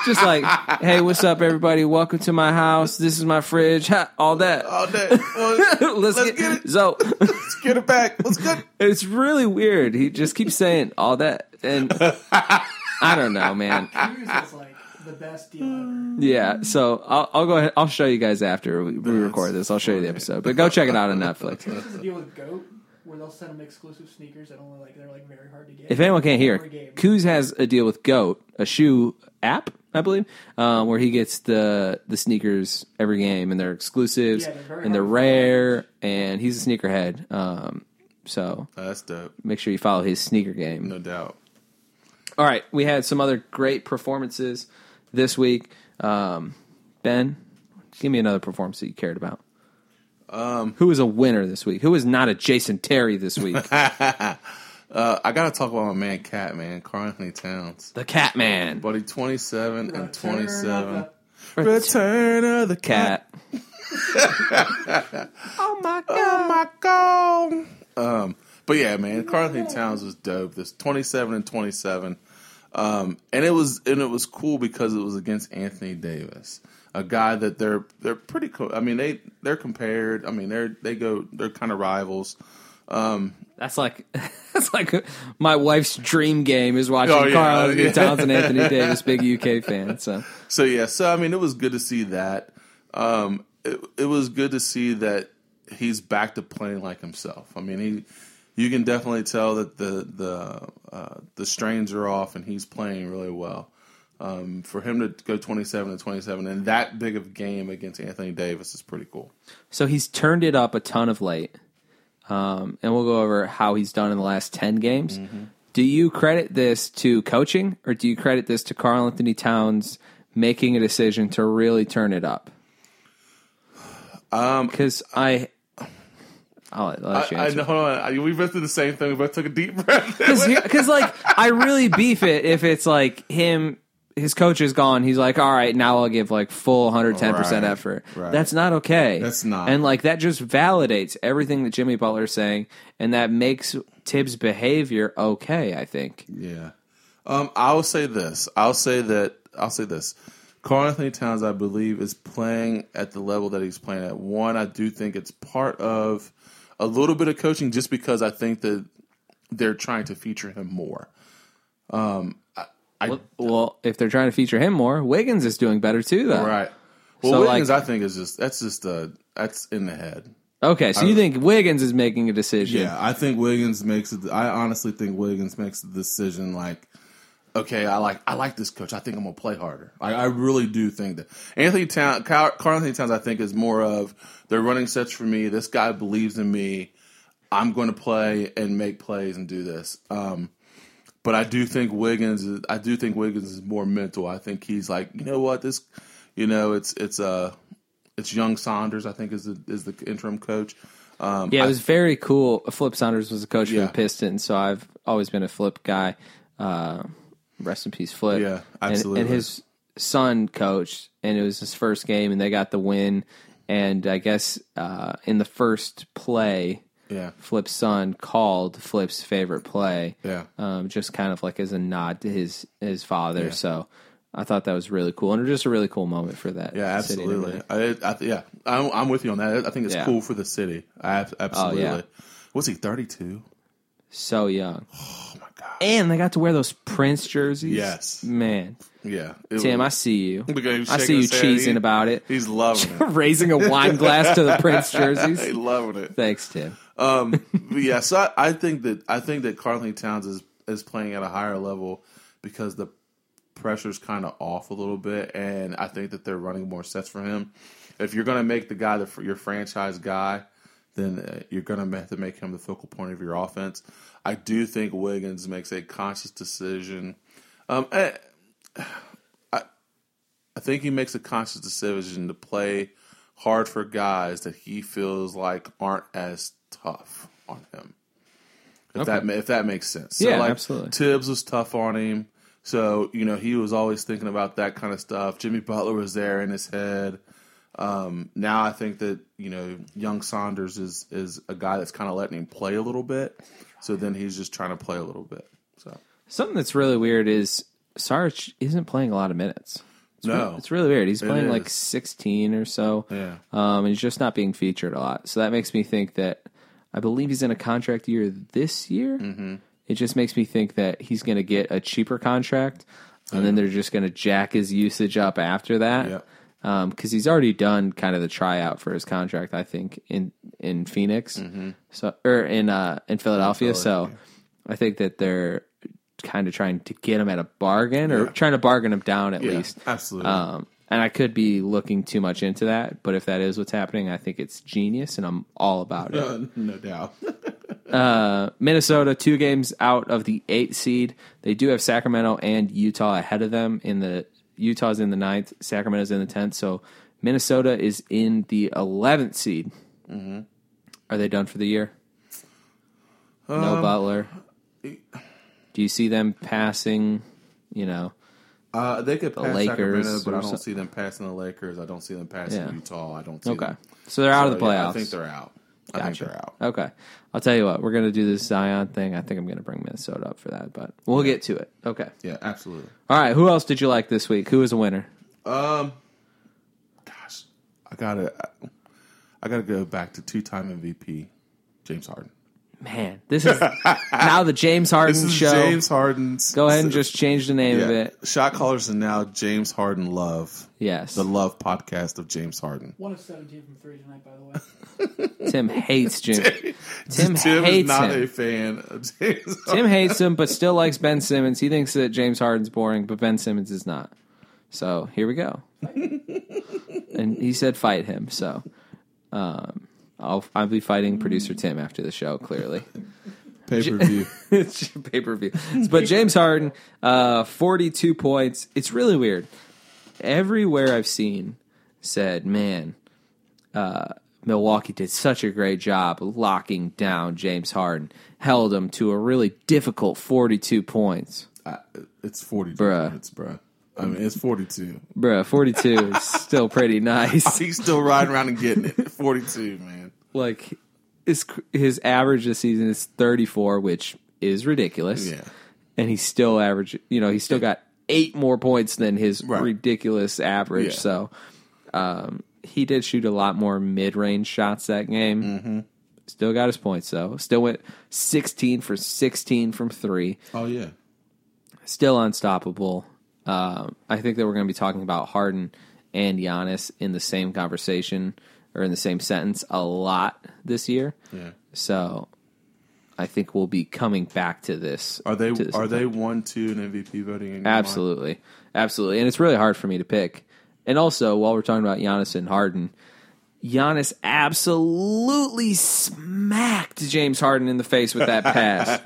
S1: just like, hey, what's up, everybody? Welcome to my house. This is my fridge. Ha, all that.
S3: all day. Let's,
S1: Uh, *laughs* let's,
S3: let's
S1: get,
S3: get it.
S1: So *laughs*
S3: let's get it back. Let's get.
S1: it's really weird. He just keeps saying all that, *laughs* and I don't know, man.
S4: Hughes is like the best deal ever.
S1: Yeah, so I'll, I'll go ahead. I'll show you guys after we, we
S3: That's
S1: record this. I'll show you the episode, but go check it out on Netflix.
S4: *laughs* This is a deal with Goat where they'll send them exclusive sneakers that only like they're like very hard to get.
S1: If anyone can't hear,
S4: Every game.
S1: Coos has a deal with Goat, a shoe app, I believe, um, where he gets the the sneakers every game, and they're exclusives,
S4: Yeah, they're very
S1: and they're
S4: hard to
S1: rare,
S4: find.
S1: and he's a sneakerhead. Um, so
S3: That's dope.
S1: make sure you follow his sneaker game.
S3: No doubt.
S1: All right, we had some other great performances this week. Um, ben, give me another performance that you cared about. Um, who is a winner this week? Who is not a Jason Terry this *laughs* week?
S3: Uh, I gotta talk about my man Cat man, Carl Anthony Towns.
S1: the Catman,
S3: Buddy, twenty seven
S4: Uh,
S3: and twenty seven.
S1: Return of the Cat. *laughs* oh my god!
S3: my god. Um, but yeah, man, Carl Anthony Towns was dope. This twenty seven and twenty seven. Um, and it was and it was cool because it was against Anthony Davis, a guy that they're they're pretty. Co- I mean they they're compared. I mean they're they go they're kind of rivals.
S1: That's like *laughs* that's like my wife's dream game is watching
S3: Oh, yeah,
S1: Carl *laughs*
S3: oh,
S1: Anthony
S3: yeah.
S1: Towns and Anthony Davis, big UK fan. So
S3: So yeah, so I mean, it was good to see that. Um, it, it was good to see that he's back to playing like himself. I mean, he you can definitely tell that the the uh, the strains are off, and he's playing really well. Um, for him to go twenty seven to twenty seven in that big of a game against Anthony Davis is pretty cool.
S1: So he's turned it up a ton of late. Um, and we'll go over how he's done in the last 10 games.
S3: Mm-hmm.
S1: Do you credit this to coaching or do you credit this to Carl Anthony Towns making a decision to really turn it up? Um, cause I, I'll, I'll let you
S3: I, I
S1: answer.
S3: know. Hold on, I, we both did the same thing. We both took a deep breath.
S1: Cause, here- 'cause, like I really beef it if it's like him, his coach is gone. He's like, all right, now I'll give like full 110 percent
S3: Right,
S1: effort.
S3: right.
S1: That's not okay.
S3: That's not.
S1: And like that just validates everything that Jimmy Butler is saying, and that makes Tibbs' behavior okay. I think.
S3: Yeah. Um, I'll say this. I'll say that. I'll say this. Carl Anthony Towns, I believe, is playing at the level that he's playing at. One, I do think it's part of a little bit of coaching, just because I think that they're trying to feature him more. Um, I, I
S1: Well, if they're trying to feature him more, Wiggins is doing better too, though.
S3: right. Well,
S1: So,
S3: Wiggins,
S1: like-
S3: I think is just that's just uh that's in the head.
S1: Okay, so you think Wiggins is making a decision?
S3: Yeah, I think Wiggins makes it. I honestly think Wiggins makes the decision like, okay, I like I like this coach. I think I'm gonna play harder. I, I really do think that Anthony Town, Carl Carl Anthony Towns, I think is more of they're running sets for me. This guy believes in me. I'm going to play and make plays and do this. Um, but I do think Wiggins. Is, I do think Wiggins is more mental. I think he's like, you know what, this, you know, it's it's uh, it's young Saunders. I think is the, is the interim coach. Um,
S1: Yeah, it was very cool. Flip Saunders was a coach for
S3: Yeah.
S1: the Pistons, so I've always been a Flip guy. Uh, rest in peace, Flip.
S3: Yeah,
S1: And-
S3: absolutely.
S1: And, his son coached, and it was his first game, and they got the win. And I guess uh, in the first play,
S3: yeah,
S1: Flip's son called Flip's favorite play.
S3: Yeah.
S1: Um, just kind of like as a nod to his his father.
S3: Yeah.
S1: So I thought that was really cool, and just a really cool moment for that.
S3: Yeah,
S1: city to
S3: absolutely.
S1: win.
S3: I, I, yeah, I'm, I'm with you on that. I think it's
S1: Yeah. Oh,
S3: cool for the city. I, ab- absolutely.
S1: yeah.
S3: Was he 32?
S1: So young.
S3: *sighs* Oh my god.
S1: And they got to wear those Prince jerseys.
S3: Yes.
S1: Man.
S3: Yeah. It
S1: Tim, I
S3: was-
S1: see you.
S3: Look at him
S1: I see
S3: shaking
S1: you
S3: his head.
S1: cheesing
S3: He-
S1: about it. *laughs*
S3: He's loving it.
S1: Raising a wine glass to the
S3: *laughs*
S1: Prince
S3: He's
S1: jerseys.
S3: loving it.
S1: Thanks, Tim.
S3: But yeah, so I, I think that I think that Carl Anthony Towns is is playing at a higher level because the pressure's kind of off a little bit, and I think that they're running more sets for him. If you're going to make the guy the, fr- your franchise guy, then uh, you're going to have to make him the focal point of your offense. I do think Wiggins makes a conscious decision. Um, eh, I think he makes a conscious decision to play hard for guys that he feels like aren't as tough on him. If that ma- if that makes sense, so
S1: Yeah,
S3: like,
S1: absolutely.
S3: Tibbs was tough on him, so you know he was always thinking about that kind of stuff. Jimmy Butler was there in his head. Um, now I think that you know young Saunders is is a guy that's kind of letting him play a little bit. So then he's just trying to play a little bit. So
S1: Something that's really weird is Sarge isn't playing a lot of minutes. It's
S3: No.
S1: re- it's really weird. He's
S3: It
S1: playing like
S3: is.
S1: 16 or so.
S3: Yeah.
S1: Um, and he's just not being featured a lot. So that makes me think that I believe he's in a contract year this year. Mm-hmm. It just makes me think that he's going to get a cheaper contract and then they're just going to jack his usage up after that.
S3: Yeah.
S1: because he's already done kind of the tryout for his contract, I think in in Phoenix,
S3: Mm-hmm.
S1: so or in uh, in Philadelphia. So I think that they're kind of trying to get him at a bargain or trying to bargain him down at
S3: yeah,
S1: least.
S3: absolutely.
S1: Um, and I could be looking too much into that, but if that is what's happening, I think it's genius, and I'm all about it.
S3: *laughs* Uh, no
S1: *laughs*
S3: doubt.
S1: Minnesota, two games out of the eight seed. They do have Sacramento and Utah ahead of them. In the Utah's in the ninth, Sacramento's in the tenth. So Minnesota is in the eleventh seed.
S3: Mm-hmm.
S1: Are they done for the year?
S3: Um,
S1: no Butler. Do you see them passing? You know,
S3: Uh, they could pass
S1: Lakers
S3: Sacramento, but
S1: or
S3: I don't
S1: some-
S3: see them passing the Lakers. I don't see them passing
S1: Yeah.
S3: Utah. I don't see
S1: okay.
S3: them.
S1: So they're out of
S3: So,
S1: the playoffs.
S3: yeah, I think they're out. I think
S1: Gotcha.
S3: they're out.
S1: Okay. I'll tell you what, we're going to do this Zion thing. I think I'm going to bring Minnesota up for that, but we'll get to it. Okay.
S3: Yeah, absolutely.
S1: All right. Who else did you like this week? Who was a winner?
S3: Gosh, I gotta, I, I gotta go back to two-time MVP James Harden.
S1: Man, this
S3: *laughs*
S1: is now the James Harden
S3: This is
S1: show.
S3: James Harden's.
S1: Go ahead and just change the name
S3: yeah.
S1: of it.
S3: Shot callers and now James Harden love
S1: Yes.
S3: the love podcast of James Harden.
S4: One of seventeen from three tonight, by the
S1: *laughs*
S4: way.
S1: Tim hates Jim. Tim,
S3: *laughs* Tim is
S1: hates
S3: not
S1: him.
S3: a fan of *laughs* James.
S1: Tim hates him, but still likes Ben Simmons. He thinks that James Harden's boring, but Ben Simmons is not. So here we go. and he said, "Fight him." So um, I'll I'll be fighting producer Tim after the show. Clearly,
S3: Pay per view.
S1: *laughs* it's pay per view. But James Harden, uh, forty two points. It's really weird. Everywhere I've seen said, "Man, uh, Milwaukee did such a great job locking down James Harden, held him to a really difficult 42 points.
S3: It's forty
S1: Bruh.
S3: minutes, bruh. I mean, it's forty-two.
S1: Bruh, 42 is still pretty nice.
S3: *laughs* He's still riding around and getting it. at Forty-two, man.
S1: Like, his, his average this season is 34, which is ridiculous.
S3: Yeah.
S1: And he's still average, you know, he's still got eight more points than his
S3: Right.
S1: ridiculous average.
S3: Yeah.
S1: So, um, he did shoot a lot more mid range shots that game.
S3: Mm-hmm.
S1: Still got his points, though. Still went 16 for 16 from three.
S3: Oh yeah.
S1: still unstoppable. Um, I think that we're going to be talking about Harden and Giannis in the same conversation or in the same sentence a lot this year.
S3: Yeah.
S1: So I think we'll be coming back to this.
S3: Are they
S1: to this
S3: are they one two in MVP voting? In your mind?
S1: Absolutely. Absolutely. And it's really hard for me to pick. And also, while we're talking about Giannis and Harden, Giannis absolutely smacked James Harden in the face with that pass.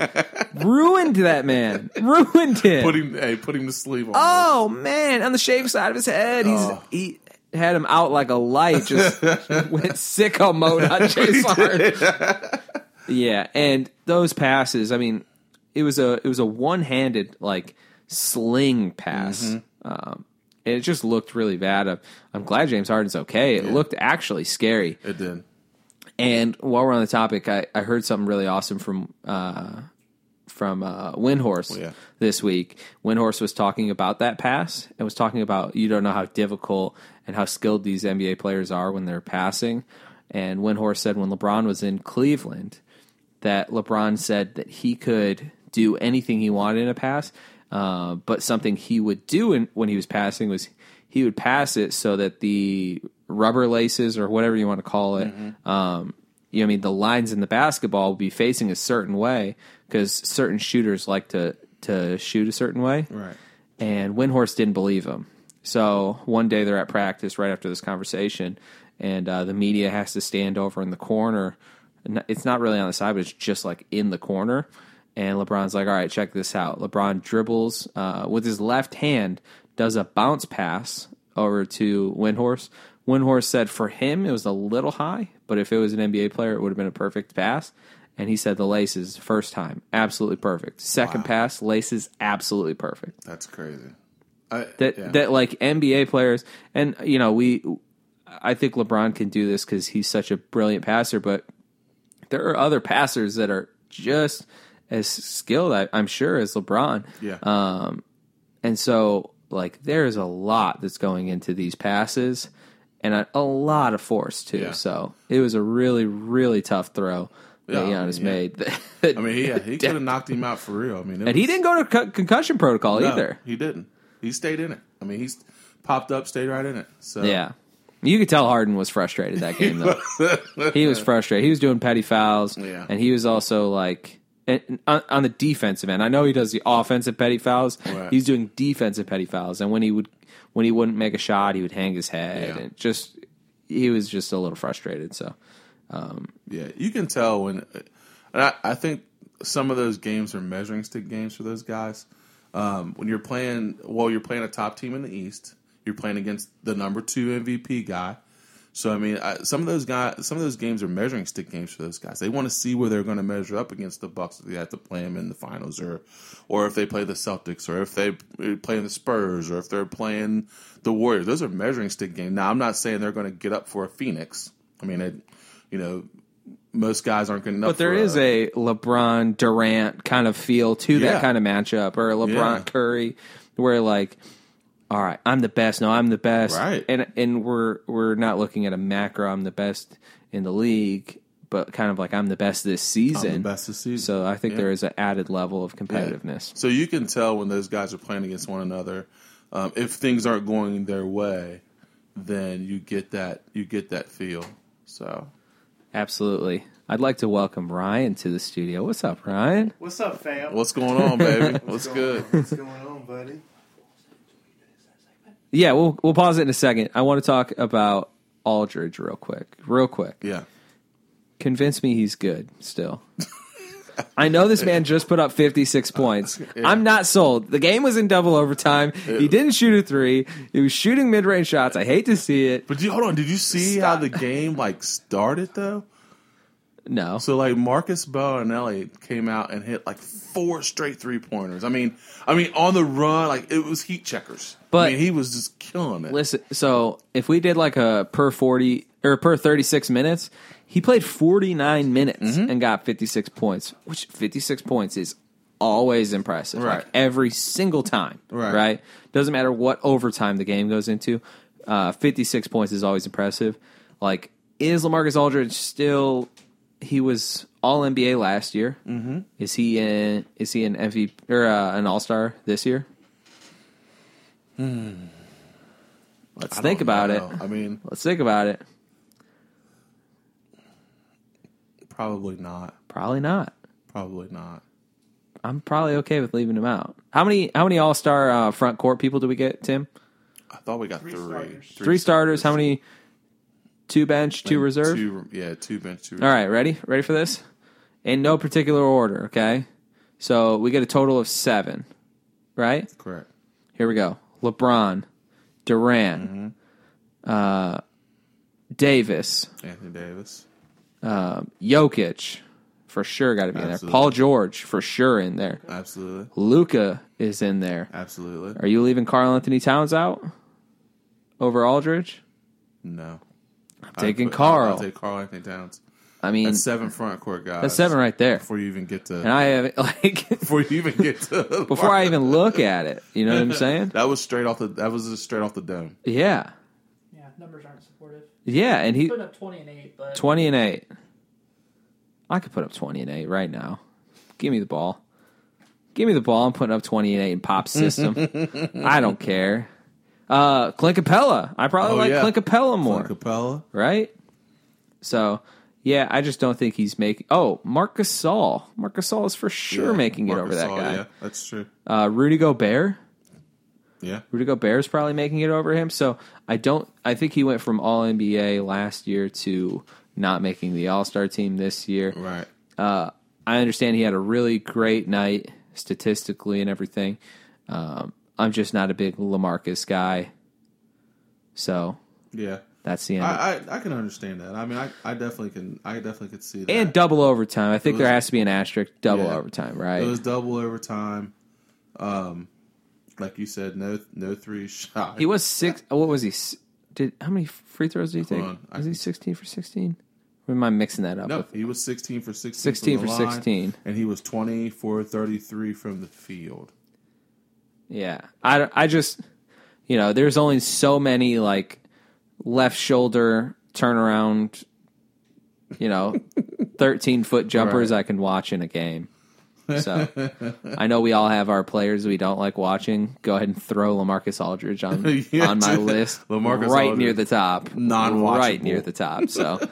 S3: *laughs*
S1: Ruined that man. Ruined him.
S3: Put him hey, put him to sleep. On
S1: Oh man, on the shaved side of his head, he's he had him out like a light, just went sicko mode on Chase Harden. yeah, and those passes, I mean, it was a it was a one handed like sling pass. Um, and it just looked really bad. I'm- I'm glad James Harden's okay. It looked actually scary.
S3: this. It did.
S1: And while we're on the topic, I, I heard something really awesome from uh, from uh, Windhorse
S3: yeah.
S1: this week. Windhorse was talking about that pass and was talking about you don't know how difficult and how skilled these NBA players are when they're passing. And Windhorse said when LeBron was in Cleveland that LeBron said that he could do anything he wanted in a pass, uh, but something he would do in, when he was passing was he would pass it so that the rubber laces or whatever you want to call it um, you know, what I mean, the lines in the basketball will be facing a certain way because certain shooters like to to shoot a certain way.
S3: Right.
S1: And Windhorse didn't believe him. So one day they're at practice right after this conversation, and uh, the media has to stand over in the corner. N- It's not really on the side, but it's just like in the corner. And LeBron's like, all right, check this out. LeBron dribbles uh, with his left hand, does a bounce pass over to Windhorse. Windhorse said for him, it was a little high, but if it was an NBA player, it would have been a perfect pass. And he said the laces, first time, absolutely perfect. Second pass, laces, absolutely perfect
S3: That's crazy. I,
S1: that
S3: yeah.
S1: that like NBA players and you know we I think LeBron can do this because he's such a brilliant passer, but there are other passers that are just as skilled, I, I'm sure, as LeBron.
S3: Yeah.
S1: Um, And so, like, there's a lot that's going into these passes and a, a lot of force, too.
S3: Yeah.
S1: So it was a really, really tough throw that
S3: Yeah, I mean,
S1: Giannis
S3: yeah.
S1: made. *laughs*
S3: I mean, he, yeah, he could have knocked him out for real. I mean, it
S1: and he
S3: was-
S1: didn't go to co- concussion protocol
S3: no,
S1: either.
S3: He didn't. He stayed in it. I mean, he's popped up, stayed right in it. So
S1: Yeah. You could tell Harden was frustrated that game, though.
S3: *laughs*
S1: he was frustrated. He was doing petty fouls.
S3: Yeah.
S1: And he was also like, and- and on on the defensive end, I know he does the offensive petty fouls.
S3: Right.
S1: He's doing defensive petty fouls, and when he would, when he wouldn't make a shot, he would hang his head,
S3: Yeah.
S1: and just he was just a little frustrated. So
S3: Yeah, you can tell when, and I, I think some of those games are measuring stick games for those guys. Um, when you're playing, well, you're playing a top team in the East. You're playing against the number two MVP guy. So I mean, I, some of those guys, some of those games are measuring stick games for those guys. They want to see where they're going to measure up against the Bucks if they have to play them in the finals, or, or if they play the Celtics, or if they eh, play the Spurs, or if they're playing the Warriors. Those are measuring stick games. Now, I'm not saying they're going to get up for a Phoenix. I mean, it, you know, most guys aren't good enough.
S1: But there
S3: for
S1: is a LeBron Durant kind of feel to
S3: Yeah.
S1: that kind of matchup, or a LeBron
S3: Yeah.
S1: Curry, where like, all right, I'm the best. No, I'm the best.
S3: Right.
S1: And and we're we're not looking at a macro. I'm the best in the league, but kind of like I'm the best this season.
S3: best this season.
S1: So I think
S3: Yeah.
S1: there is an added level of competitiveness.
S3: So you can tell when those guys are playing against one another. Um, if things aren't going their way, then you get that you get that feel. So
S1: Absolutely. I'd like to welcome Ryan to the studio. What's up, Ryan?
S5: What's up, fam?
S3: what's going
S1: *laughs*
S3: on, baby? What's
S5: going
S3: good?
S5: on? What's going on, buddy?
S1: Yeah, we'll we'll pause it in a second. I want to talk about Aldridge real quick. Real quick.
S3: Yeah,
S1: convince me he's good still. I know this man just put up 56 points. I'm not sold. The game was in double overtime. He didn't shoot a three. He was shooting mid range shots. I hate to see it.
S3: but you, hold on. Did you see how the game like started though?
S1: No.
S3: So like Marcus Bellinelli came out and hit like four straight three pointers. I mean, I mean on the run, like it was heat checkers.
S1: But-
S3: I mean, he was just killing it.
S1: Listen, so if we did like a per 40 or per 36 minutes, he played 49 minutes
S3: Mm-hmm.
S1: and got 56 points, which 56 points is always impressive.
S3: Right.
S1: Like every single time.
S3: Right.
S1: Right. Doesn't matter what overtime the game goes into. Uh, 56 points is always impressive. Like, is Lamarcus Aldridge still. He was all NBA last year. Mm-hmm. Is he in? Is he an MVP or uh, an All Star this year? Let's
S3: I
S1: think
S3: don't
S1: about
S3: know.
S1: it.
S3: I mean,
S1: Let's think about it.
S3: probably not.
S1: Probably not.
S3: Probably not.
S1: I'm probably okay with leaving him out. How many how many All Star uh, front court people do we get, Tim?
S3: I thought we got three.
S4: starters.
S1: Three, starters. How many? Two bench, two reserve.
S3: Two, yeah, two bench, two.
S1: All right, ready? Ready for this? In no particular order. Okay, so we get a total of seven. Right
S3: Correct.
S1: here we go: LeBron, Durant, uh, Davis,
S3: Anthony Davis.
S1: Jokic, for sure. Got to be in there.
S3: Absolutely.
S1: Paul George, for sure, in there.
S3: Absolutely.
S1: Luca is in there.
S3: Absolutely.
S1: Are you leaving Carl Anthony Towns out over Aldridge?
S3: No. I'm
S1: taking Carl.
S3: I'll take Carl Anthony Towns.
S1: I mean,
S3: That's
S1: that's,
S3: seven front court guys.
S1: seven right there.
S3: Before you even get to.
S1: And I haven't *laughs* like
S3: *laughs* before you even get to.
S1: before I even look at it. You know what
S3: *laughs*
S1: I'm saying?
S3: That was straight off the. That was just straight off the dome.
S1: Yeah,
S4: Yeah, numbers aren't supportive.
S1: yeah. And he
S4: Put up 20 and 8, but
S1: twenty and eight. I could put up twenty and eight right now. Give me the ball. Give me the ball. I'm putting up twenty and eight in pop
S3: *laughs*
S1: system. I don't care. Uh, Clint Capella. I probably
S3: Oh,
S1: like
S3: yeah.
S1: Clint Capella more.
S3: Capella.
S1: right? So, yeah, I just don't think he's making. Oh, Marcus Gasol. Marcus Gasol is for sure
S3: Yeah.
S1: making it
S3: Marc
S1: over that
S3: Gasol,
S1: guy.
S3: Yeah, that's true.
S1: Uh, Rudy Gobert.
S3: Yeah.
S1: Rudy Gobert is probably making it over him. So I don't. I think he went from All NBA last year to not making the All Star team this year.
S3: Right.
S1: Uh, I understand he had a really great night statistically and everything. Um, I'm just not a big Lamarcus guy. So
S3: Yeah.
S1: that's the end. of
S3: I, I I can understand that. I mean, I, I definitely can. I definitely could see that.
S1: and double overtime. I think
S3: It
S1: there
S3: was-
S1: has to be an asterisk. Double
S3: Yeah.
S1: overtime, right?
S3: It was double overtime. Um, like you said, no no three *laughs* shot.
S1: he was six. What was he? s- Did how many free throws did he take?
S3: on, I
S1: Was he
S3: can-
S1: sixteen for sixteen? Or am I mixing that up?
S3: No,
S1: with-
S3: he was 16 for 16.
S1: 16
S3: from the
S1: for
S3: line,
S1: 16.
S3: And he was 20 for 33 from the field.
S1: Yeah. I, don't- I just, you know, there's only so many like left shoulder turnaround, you
S3: *laughs*
S1: know, 13 foot jumpers I can watch in a game.
S3: *laughs*
S1: So I know we all have our players we don't like watching. Go ahead and throw Lamarcus Aldridge on
S3: *laughs* Yeah,
S1: on my
S3: dude.
S1: list,
S3: LaMarcus
S1: right
S3: Aldridge.
S1: near the top,
S3: Non-watchable.
S1: right near the top. So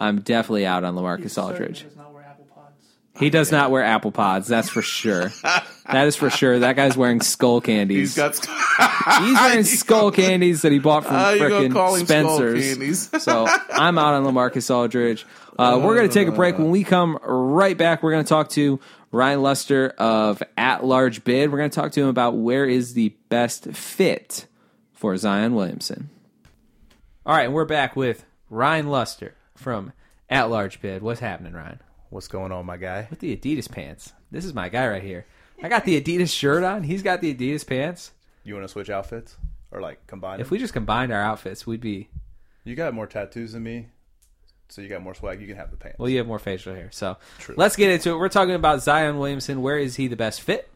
S1: I'm definitely out on
S4: He
S1: Lamarcus
S4: certainly
S1: Aldridge.
S4: does not wear Apple Pods.
S1: He does not wear Apple Pods. That's for
S3: *laughs*
S1: sure. that is for sure. That guy's wearing skull candies.
S3: He's got.
S1: He's wearing skull candies that he bought from
S3: How you gonna call
S1: frickin'
S3: him skull
S1: Spencer's. *laughs*
S3: candies?
S1: so I'm out on Lamarcus Aldridge. Uh, we're going to take a break. When we come right back, we're going to talk to Ryan Luster of At Large Bid. We're going to talk to him about where is the best fit for Zion Williamson. All right, we're back with Ryan Luster from At Large Bid. What's happening, Ryan?
S6: What's going on, my guy?
S1: With the Adidas pants. This is my guy right here. I got the Adidas shirt on. He's got the Adidas pants.
S6: You want to switch outfits or like combine?
S1: If
S6: If
S1: we just combined our outfits, we'd be
S6: you got more tattoos than me, so you got more swag. You can have the pants.
S1: Well, you have more facial hair, so let's get into it. We're talking about Zion Williamson. Where is he the best fit?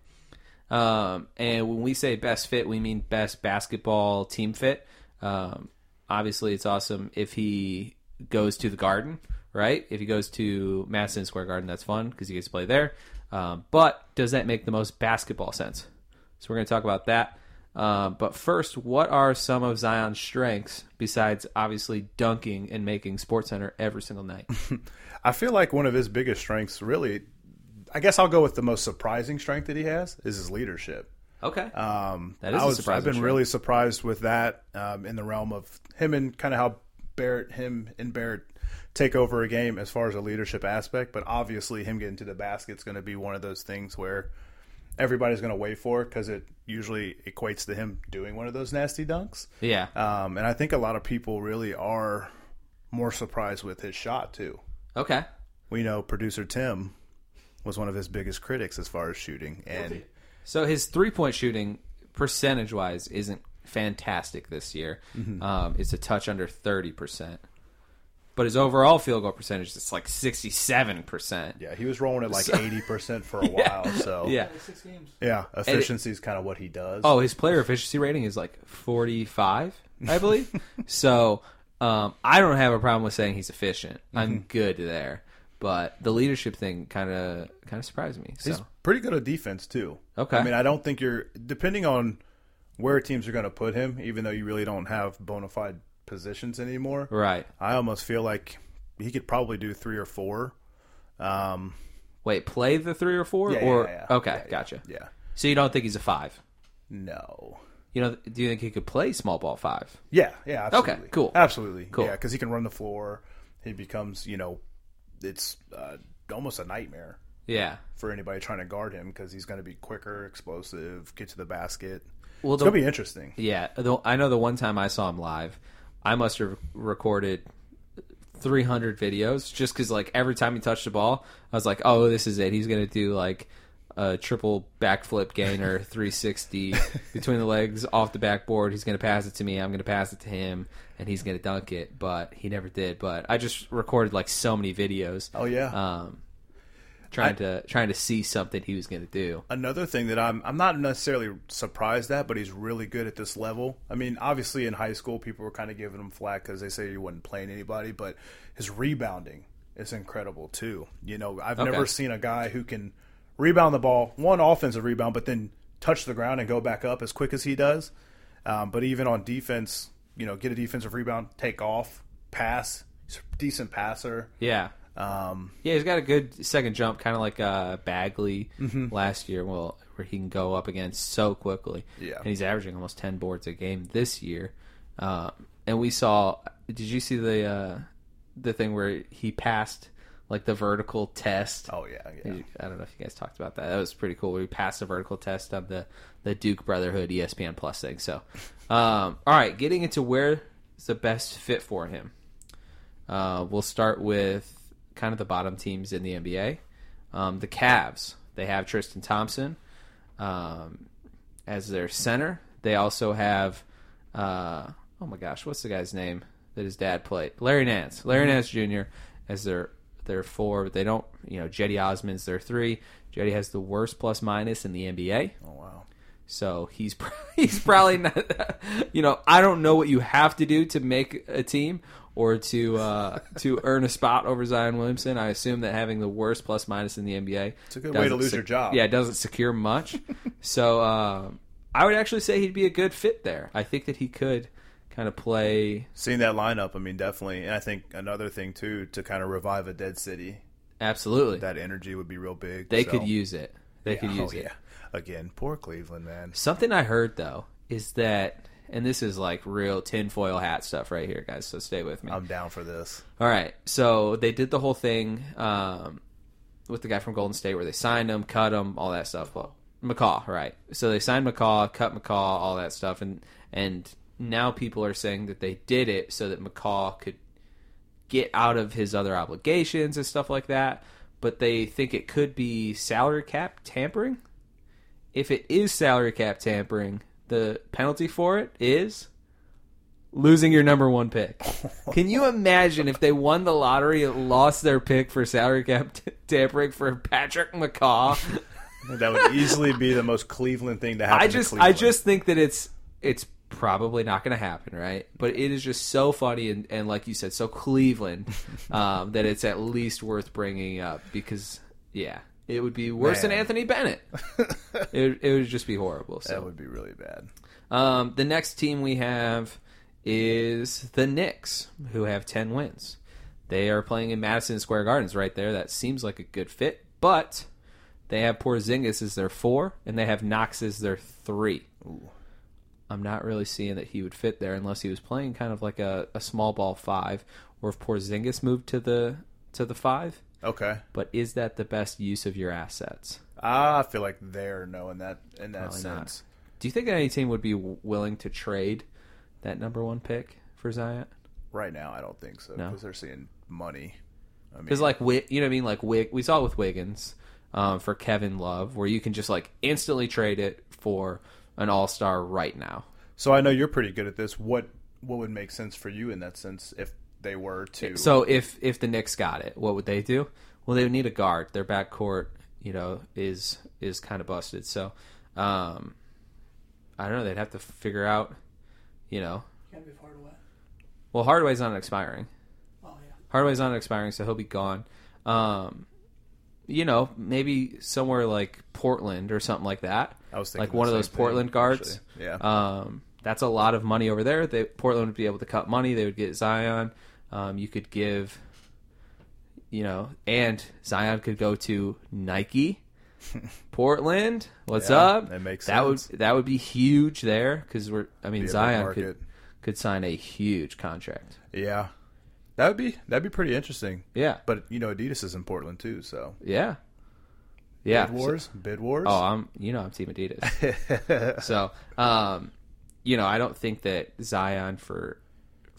S1: Um, and when we say best fit, we mean best basketball team fit. Um, obviously, it's awesome if he goes to the Garden, right? If he goes to Madison Square Garden, that's fun because he gets to play there. Um, but does that make the most basketball sense? So we're going to talk about that. Um, but first, what are some of Zion's strengths besides obviously dunking and making SportsCenter every single night?
S6: I feel like one of his biggest strengths, really, I guess I'll go with the most surprising strength that he has is his leadership.
S1: Okay.
S6: Um,
S1: That is
S6: I
S1: a
S6: was, I've
S1: surprising
S6: been
S1: strength.
S6: really surprised with that um, in the realm of him and kind of how Barrett, him and Barrett take over a game as far as a leadership aspect. But obviously, him getting to the basket's going to be one of those things where everybody's going to wait for it because it usually equates to him doing one of those nasty dunks.
S1: yeah.
S6: Um, and I think a lot of people really are more surprised with his shot too.
S1: okay.
S6: We know producer Tim was one of his biggest critics as far as shooting, and
S1: So his three point shooting percentage wise isn't fantastic this year.
S6: Mm-hmm.
S1: Um, it's a touch under thirty percent. But his overall field goal percentage is like sixty seven percent.
S6: yeah, he was
S1: *laughs*
S6: rolling at like eighty percent for a while. So
S1: Yeah.
S4: Like six games.
S6: yeah, efficiency is kind of what he does.
S1: Oh, his player efficiency rating is like forty five, I
S6: *laughs*
S1: believe. so um, I don't have a problem with saying he's efficient.
S6: Mm-hmm.
S1: I'm good there. But the leadership thing kind of kind of surprised me. So
S6: He's pretty good at defense too.
S1: Okay.
S6: I mean, I don't think you're depending on where teams are going to put him, even though you really don't have bona fide positions anymore.
S1: right.
S6: I almost feel like he could probably do three or four. Um,
S1: Wait, play the three or four,
S6: Yeah,
S1: or
S6: yeah, yeah.
S1: okay, gotcha.
S6: yeah,
S1: So you don't think he's a five?
S6: no.
S1: You know, do you think he could play small ball five?
S6: Yeah, yeah, absolutely.
S1: cool.
S6: Absolutely.
S1: Cool.
S6: Yeah, because he can run the floor. He becomes, you know, it's uh, almost a nightmare
S1: Yeah.
S6: for anybody trying to guard him because he's going to be quicker, explosive, get to the basket.
S1: Well,
S6: It's
S1: the,
S6: going to be interesting.
S1: yeah. The, I know the one time I saw him live, I must have recorded 300 videos just because, like, every time he touched the ball, I was like, oh, this is it. He's going to do, like, a triple backflip
S6: *laughs*
S1: gainer 360 between the legs off the backboard. He's going to pass it to me. I'm going to pass it to him, and he's going to dunk it. But he never did. But I just recorded, like, so many videos.
S6: Oh, yeah.
S1: um, trying to trying to see something he was going to do.
S6: Another thing that I'm I'm not necessarily surprised at, but he's really good at this level. I mean, obviously in high school people were kind of giving him flack because they say he wasn't playing anybody, but his rebounding is incredible too. You know, I've never seen a guy who can rebound the ball, one offensive rebound, but then touch the ground and go back up as quick as he does. Um, but even on defense, you know, get a defensive rebound, take off, pass, he's a decent passer.
S1: Yeah.
S6: Um,
S1: Yeah, he's got a good second jump, kind of like uh, Bagley
S6: Mm-hmm.
S1: last year. Well, where he can go up against so quickly.
S6: Yeah.
S1: and he's averaging almost ten boards a game this year. Uh, and we saw. Did you see the uh, the thing where he passed like the vertical test?
S6: oh yeah, yeah.
S1: I don't know if you guys talked about that. That was pretty cool. We passed the vertical test on the the Duke Brotherhood E ESPN Plus thing. So, um, all right, getting into where is the best fit for him. Uh, we'll start with kind of the bottom teams in the NBA. Um, the Cavs. They have Tristan Thompson um, as their center. They also have uh, oh my gosh, what's the guy's name that his dad played? Larry Nance. Larry
S6: Mm-hmm.
S1: Nance Jr. as their their four, but they don't. You know, Jetty Osmond's their three. Jetty has the worst plus minus in the NBA.
S6: Oh wow.
S1: So he's *laughs* pr- he's probably not. *laughs* You know, I don't know what you have to do to make a team or to uh, to earn a spot over Zion Williamson. I assume that having the worst plus minus in the NBA, it's
S6: a good way to lose your job.
S1: Yeah, it doesn't secure much. so um I would actually say he'd be a good fit there. I think that he could kind of play
S6: Seeing that lineup, I mean, definitely, and I think another thing too to kind of revive a dead city,
S1: absolutely.
S6: that energy would be real big.
S1: they
S6: so-
S1: could use it. They could
S6: Oh
S1: use it.
S6: yeah. Again, poor Cleveland, man.
S1: Something I heard though is that, and this is like real tinfoil hat stuff right here, guys. So stay with me.
S6: I'm down for this.
S1: All right. So they did the whole thing um, with the guy from Golden State where they signed him, cut him, all that stuff. Well, McCaw, right. So they signed McCaw, cut McCaw, all that stuff. And, and now people are saying that they did it so that McCaw could get out of his other obligations and stuff like that. But they think it could be salary cap tampering. If it is salary cap tampering, the penalty for it is losing your number one pick. Can you imagine if they won the lottery and lost their pick for salary cap t- tampering for Patrick
S6: *laughs*
S1: McCaw?
S6: That would easily be the most Cleveland thing to happen.
S1: I
S6: to
S1: just I
S6: Cleveland.
S1: just think that it's it's probably not going to happen, right? But it is just so funny and, and like you said, so
S6: *laughs*
S1: Cleveland um, that it's at least worth bringing up because yeah, it would be worse than
S6: Man.
S1: Anthony
S6: *laughs*
S1: Bennett. it, it would just be horrible. So
S6: that would be really bad.
S1: um, the next team we have is the Knicks, who have 10 wins. They are playing in Madison Square Gardens right there. That seems like a good fit, but they have Porzingis as their four, and they have Knox as their three. I'm not really seeing that he would fit there unless he was playing kind of like a, a small ball five, or if Porzingis moved to the to the five.
S6: Okay, Ah,
S1: But is that the best use of your assets?
S6: I feel like they're knowing that in that
S1: Probably not.
S6: sense.
S1: Do you think any team would be w- willing to trade that number one pick for Zion?
S6: Right now, I don't think so
S1: No.
S6: because they're seeing money.
S1: Because like Wi- you know what I mean, like Wig, we saw it with Wiggins um, for Kevin Love, where you can just like instantly trade it for an All Star right now.
S6: So I know you're pretty good at this. What what would make sense for you in that sense if they were to?
S1: So if if the Knicks got it, what would they do? Well, they would need a guard. Their backcourt, you know, is is kind of busted. So um, I don't know. They'd have to figure out, you know.
S4: Can't be far away.
S1: Well, Hardaway's not expiring.
S4: Oh yeah.
S1: Hardaway's not expiring, so he'll be gone. Um, you know, maybe somewhere like Portland or something like that.
S6: I was thinking
S1: like
S6: the
S1: one of
S6: same
S1: those
S6: thing,
S1: Portland guards.
S6: actually. Yeah.
S1: Um, that's a lot of money over there. They, Portland would be able to cut money. They would get Zion. Um, you could give, you know, and Zion could go to
S6: *laughs*
S1: Nike. Portland, what's
S6: Yeah,
S1: up?
S6: that makes
S1: that would
S6: sense.
S1: that would be huge there because we're. I mean,
S6: Be a big
S1: Zion could
S6: market.
S1: could sign a huge contract.
S6: yeah, that would be that'd be pretty interesting.
S1: Yeah,
S6: But you know, Adidas is in Portland too, so
S1: yeah, yeah.
S6: bid wars, bid wars.
S1: Oh, I'm you know I'm Team Adidas. so, um, you know I don't think that Zion for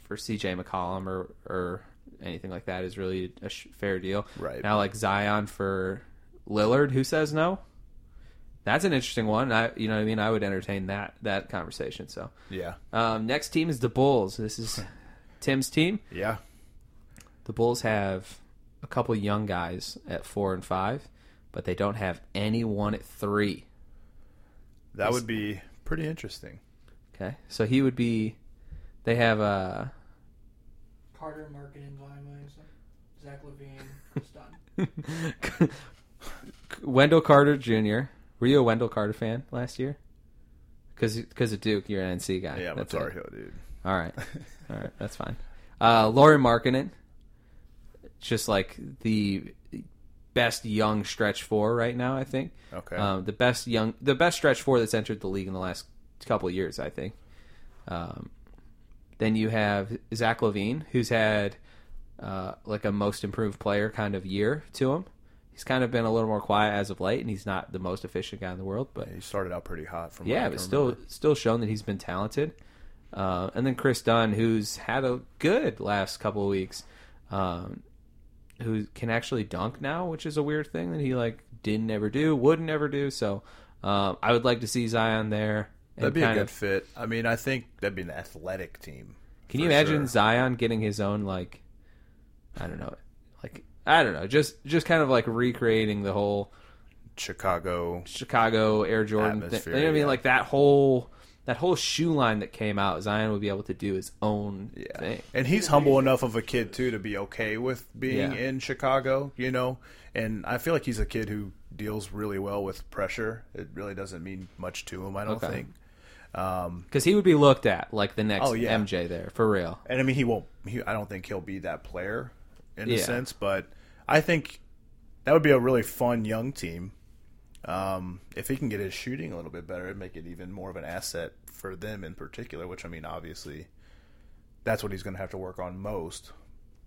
S1: for CJ McCollum or or anything like that is really a sh- fair deal.
S6: Right.
S1: now, like Zion for Lillard, who says no? That's an interesting one. I you know what I mean I would entertain that that conversation. So,
S6: yeah,
S1: um, next team is the Bulls. This is Tim's team.
S6: yeah.
S1: The Bulls have a couple young guys at four and five, but they don't have anyone at three.
S6: That would be pretty interesting.
S1: Okay, so he would be. They have uh *laughs*
S4: Carter, marketing, Zion Williamson, Zach
S1: *laughs*
S4: Levine, Dunn.
S1: Wendell Carter Jr. Were you a Wendell Carter fan last year? Because of Duke, you're an NC guy.
S6: Yeah, I'm a
S1: That's
S6: Tar
S1: it.
S6: Heel dude.
S1: All right, all right, that's fine. Uh, Lauren Markkinen, just like the best young stretch four right now, I think.
S6: Okay.
S1: Um, the best young, the best stretch four that's entered the league in the last couple of years, I think. Um, then you have Zach Levine, who's had uh, like a most improved player kind of year to him. He's kind of been a little more quiet as of late, and he's not the most efficient guy in the world, but
S6: He started out pretty hot from what I
S1: yeah,
S6: can
S1: but still,
S6: remember.
S1: still shown that he's been talented. Uh, and then Chris Dunn, who's had a good last couple of weeks, um, who can actually dunk now, which is a weird thing that he like didn't ever do, would not ever do. So um, I would like to see Zion there
S6: That'd be a
S1: kind
S6: good
S1: of-
S6: fit. I mean, I think that'd be an athletic team.
S1: Can you
S6: for
S1: imagine
S6: sure.
S1: Zion getting his own like I don't know, like I don't know, just just kind of like recreating the whole
S6: Chicago.
S1: Chicago Air Jordan thing. You
S6: Atmosphere,
S1: know what I mean?
S6: yeah.
S1: Like that whole that whole shoe line that came out, Zion would be able to do his own thing.
S6: And he's humble enough of a kid too to be okay with being
S1: Yeah.
S6: in Chicago, you know. And I feel like he's a kid who deals really well with pressure. It really doesn't mean much to him, I don't
S1: Okay.
S6: think.
S1: Because he would be looked at like the next
S6: Oh, yeah.
S1: MJ there for real.
S6: And I mean, he won't. He, I don't think he'll be that player in a
S1: Yeah.
S6: sense, but I think that would be a really fun young team. Um, if he can get his shooting a little bit better, it'd make it even more of an asset for them in particular. Which I mean, obviously, that's what he's going to have to work on most.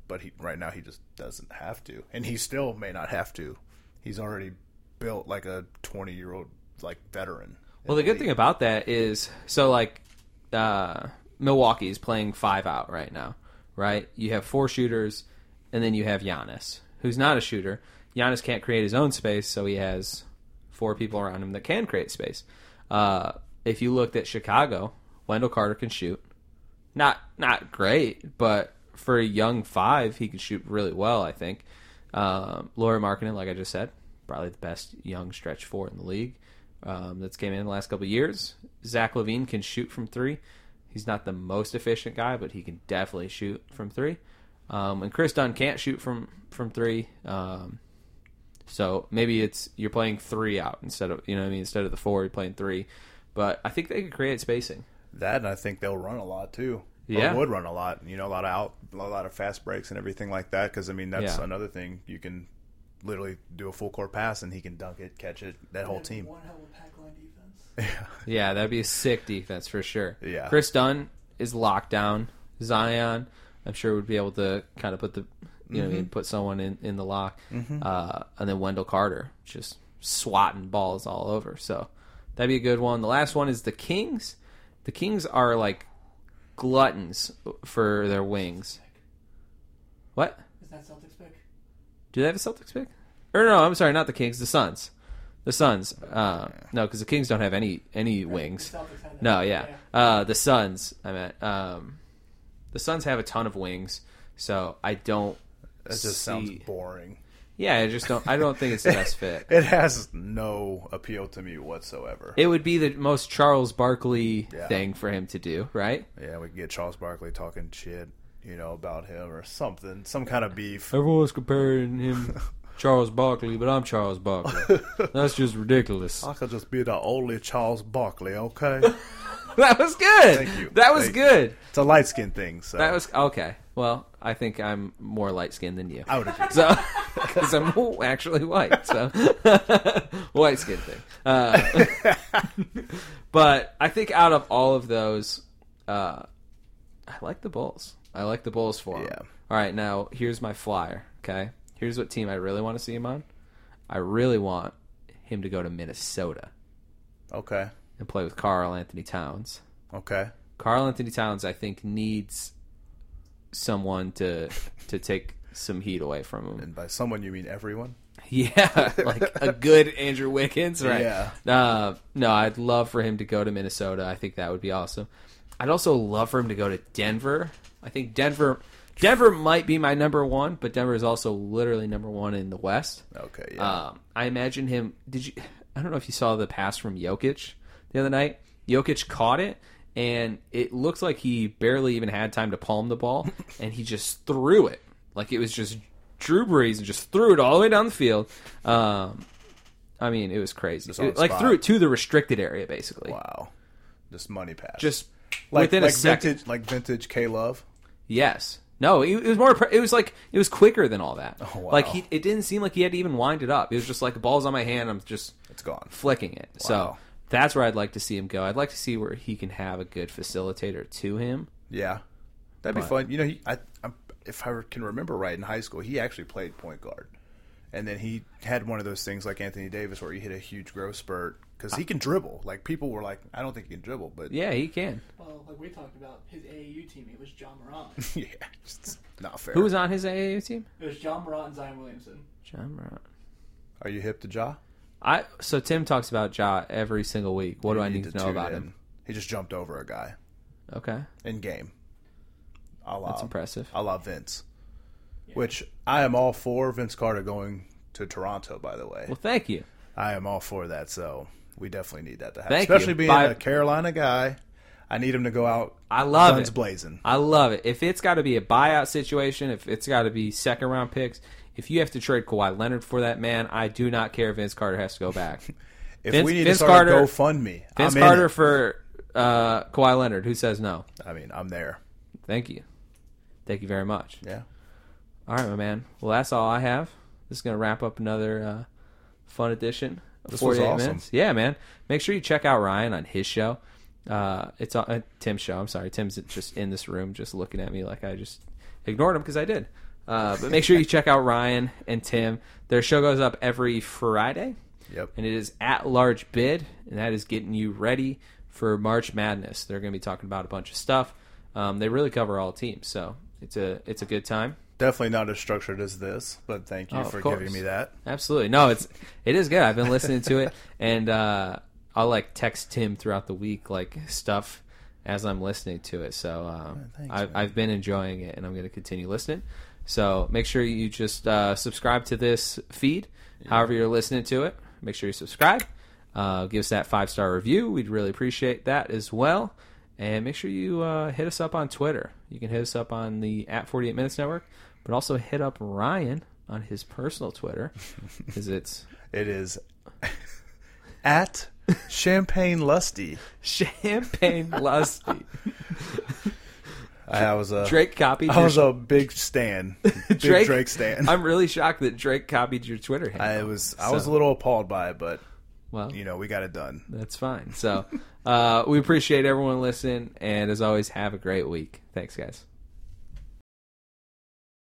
S6: But he right now he just doesn't have to, and he still may not have to. He's already built like a twenty-year-old like veteran.
S1: Well, the good thing about that is, so like, uh, Milwaukee is playing five out right now, right? You have four shooters, and then you have Giannis, who's not a shooter. Giannis can't create his own space, so he has four people around him that can create space. Uh, if you looked at Chicago, Wendell Carter can shoot, not not great, but for a young five, he can shoot really well. I think. Um, Laura Markkinen, like I just said, probably the best young stretch four in the league um, that's came in the last couple of years. Zach Levine can shoot from three. He's not the most efficient guy, but he can definitely shoot from three. Um, and Chris Dunn can't shoot from from three. Um, so maybe it's you're playing three out instead of you know what I mean instead of the four you're playing three, but I think they could create spacing.
S6: That and I think they'll run a lot too. Or
S1: Yeah.
S6: would run a lot. You know, a lot of out, a lot of fast breaks and everything like that. Because I mean, that's
S1: Yeah.
S6: another thing you can literally do a full court pass and he can dunk it, catch it. That whole team.
S4: One hell of a pack line defense.
S1: Yeah, that'd be a sick defense for sure.
S6: Yeah.
S1: Chris Dunn is locked down. Zion, I'm sure would be able to kind of put the you know what I mean, put someone in in the lock, uh, and then Wendell Carter just swatting balls all over. So that'd be a good one. The last one is the Kings. The Kings are like gluttons for their wings. What
S4: Is that Celtics pick?
S1: do they have a Celtics pick? Or no, I'm sorry, not the Kings. The Suns. The Suns. Uh, no, because the Kings don't have any any wings.
S4: The Celtics had that.
S1: No, yeah. Uh, the Suns. I meant um, the Suns have a ton of wings, so I don't.
S6: That just sounds boring.
S1: Yeah, I just don't. I don't think it's the best
S6: *laughs*
S1: fit.
S6: It has no appeal to me whatsoever.
S1: It would be the most Charles Barkley
S6: Yeah.
S1: thing for him to do, right?
S6: yeah, we can get Charles Barkley talking shit, you know, about him or something, some kind of beef.
S1: Everyone's comparing
S6: *laughs*
S1: him Charles Barkley, but I'm Charles Barkley. That's just ridiculous.
S6: I could just be the only Charles Barkley, okay?
S1: *laughs* That was good.
S6: Thank you.
S1: That was
S6: Thank you.
S1: good.
S6: it's a light skin thing, so
S1: That was okay. Well, I think I'm more light skinned than you.
S6: I would agree.
S1: So, *laughs* because I'm actually white, so *laughs* white skin thing. Uh, *laughs* but I think out of all of those, uh, I like the Bulls. I like the Bulls for 'em.
S6: Yeah.
S1: All right, now here's my flyer. Okay, here's what team I really want to see him on. I really want him to go to Minnesota
S6: Okay.
S1: and play with Carl Anthony Towns.
S6: Okay.
S1: Carl Anthony Towns, I think, needs someone to to take some heat away from him.
S6: And by someone you mean everyone?
S1: Yeah, *laughs* like a good Andrew Wiggins, right?
S6: Yeah.
S1: Uh, no, I'd love for him to go to Minnesota. I think that would be awesome. I'd also love for him to go to Denver. I think Denver, Denver might be my number one, but Denver is also literally number one in the West.
S6: Okay, yeah.
S1: Um, I imagine him. Did you? I don't know if you saw the pass from Jokic the other night. Jokic caught it, and it looked like he barely even had time to palm the
S6: *laughs*
S1: ball, and he just threw it like it was just Drew Brees and just threw it all the way down the field. Um, I mean, it was crazy.
S6: on
S1: It-
S6: the
S1: like
S6: spot.
S1: threw it to the restricted area, basically.
S6: Wow. Just money pass.
S1: Just
S6: like,
S1: within
S6: like
S1: a second.
S6: vintage, like vintage K Love.
S1: Yes. No, it, it was more. It was like it was quicker than all that.
S6: Oh, wow.
S1: Like he, it didn't seem like he had to even wind it up. It was just like balls on my hand. I'm just
S6: It's gone.
S1: flicking it. So that's where I'd like to see him go. I'd like to see where he can have a good facilitator to him.
S6: Yeah, that'd be fun. You know, he, I, i if I can remember right, in high school, he actually played point guard, and then he had one of those things like Anthony Davis where he hit a huge growth spurt because he can dribble. Like people were like, I don't think he can dribble, but
S1: Yeah, he can.
S4: Well, like we talked about, his AAU teammate was John Morant.
S6: *laughs* yeah, it's not fair.
S1: Who was on his AAU team?
S4: It was John Morant and Zion Williamson.
S1: John Morant.
S6: Are you hip to Ja?
S1: I so Tim talks about Ja every single week. What do I need, to know
S6: tune
S1: about
S6: in.
S1: him?
S6: He just jumped over a guy
S1: Okay,
S6: in game. A la,
S1: that's impressive.
S6: A la Vince, which I am all for Vince Carter going to Toronto. By the way,
S1: Well, thank you.
S6: I am all for that. So we definitely need that to happen,
S1: Thank you.
S6: especially being
S1: By-
S6: a Carolina guy. I need him to go out.
S1: I love
S6: guns
S1: it.
S6: blazing.
S1: I love it. If it's got to be a buyout situation, if it's got to be second round picks, if you have to trade Kawhi Leonard for that man, I do not care. if Vince Carter has to go
S6: *laughs*
S1: back.
S6: If
S1: Vince-
S6: we need
S1: Vince
S6: to start
S1: Carter-
S6: a GoFundMe,
S1: Vince
S6: I'm in
S1: Carter
S6: it.
S1: for uh, Kawhi Leonard. Who says no?
S6: I mean, I'm there.
S1: Thank you. Thank you very much.
S6: Yeah.
S1: All right, my man. Well, that's all I have. This is going to wrap up another uh, fun edition of
S6: This was
S1: 48
S6: awesome.
S1: Minutes. Yeah, man. Make sure you check out Ryan on his show. Uh, it's on uh, Tim's show. I'm sorry. Tim's just in this room just looking at me like I just ignored him because I did. Uh, but make sure you check out Ryan and Tim. Their show goes up every Friday
S6: Yep.
S1: and it is at large bid, and that is getting you ready for March Madness. They're going to be talking about a bunch of stuff. Um, they really cover all teams, so it's a it's a good time.
S6: Definitely not as structured as this, but thank you
S1: Oh, of
S6: for
S1: course.
S6: giving me that.
S1: Absolutely, no, it's it is good. I've been listening to
S6: *laughs*
S1: it, and uh, I'll like text Tim throughout the week like stuff as I'm listening to it. So um,
S6: Oh, thanks,
S1: I,
S6: man.
S1: I've been enjoying it, and I'm going to continue listening. So make sure you just uh, subscribe to this feed, however you're listening to it. Make sure you subscribe. Uh, give us that five star review. We'd really appreciate that as well. And make sure you uh, hit us up on Twitter. You can hit us up on the at 48 Minutes Network, but also hit up Ryan on his personal Twitter because it's
S6: It is *laughs* at Champagne Lusty.
S1: Champagne Lusty.
S6: I was a
S1: *laughs* Drake copied
S6: I
S1: your
S6: was a
S1: *laughs*
S6: big stan, big Drake, stan.
S1: I'm really shocked that Drake copied your Twitter handle.
S6: I was I was
S1: So,
S6: a little appalled by it, but
S1: well.
S6: you know we got it done.
S1: That's fine. So uh, we appreciate everyone listening, and as always, have a great week. Thanks, guys.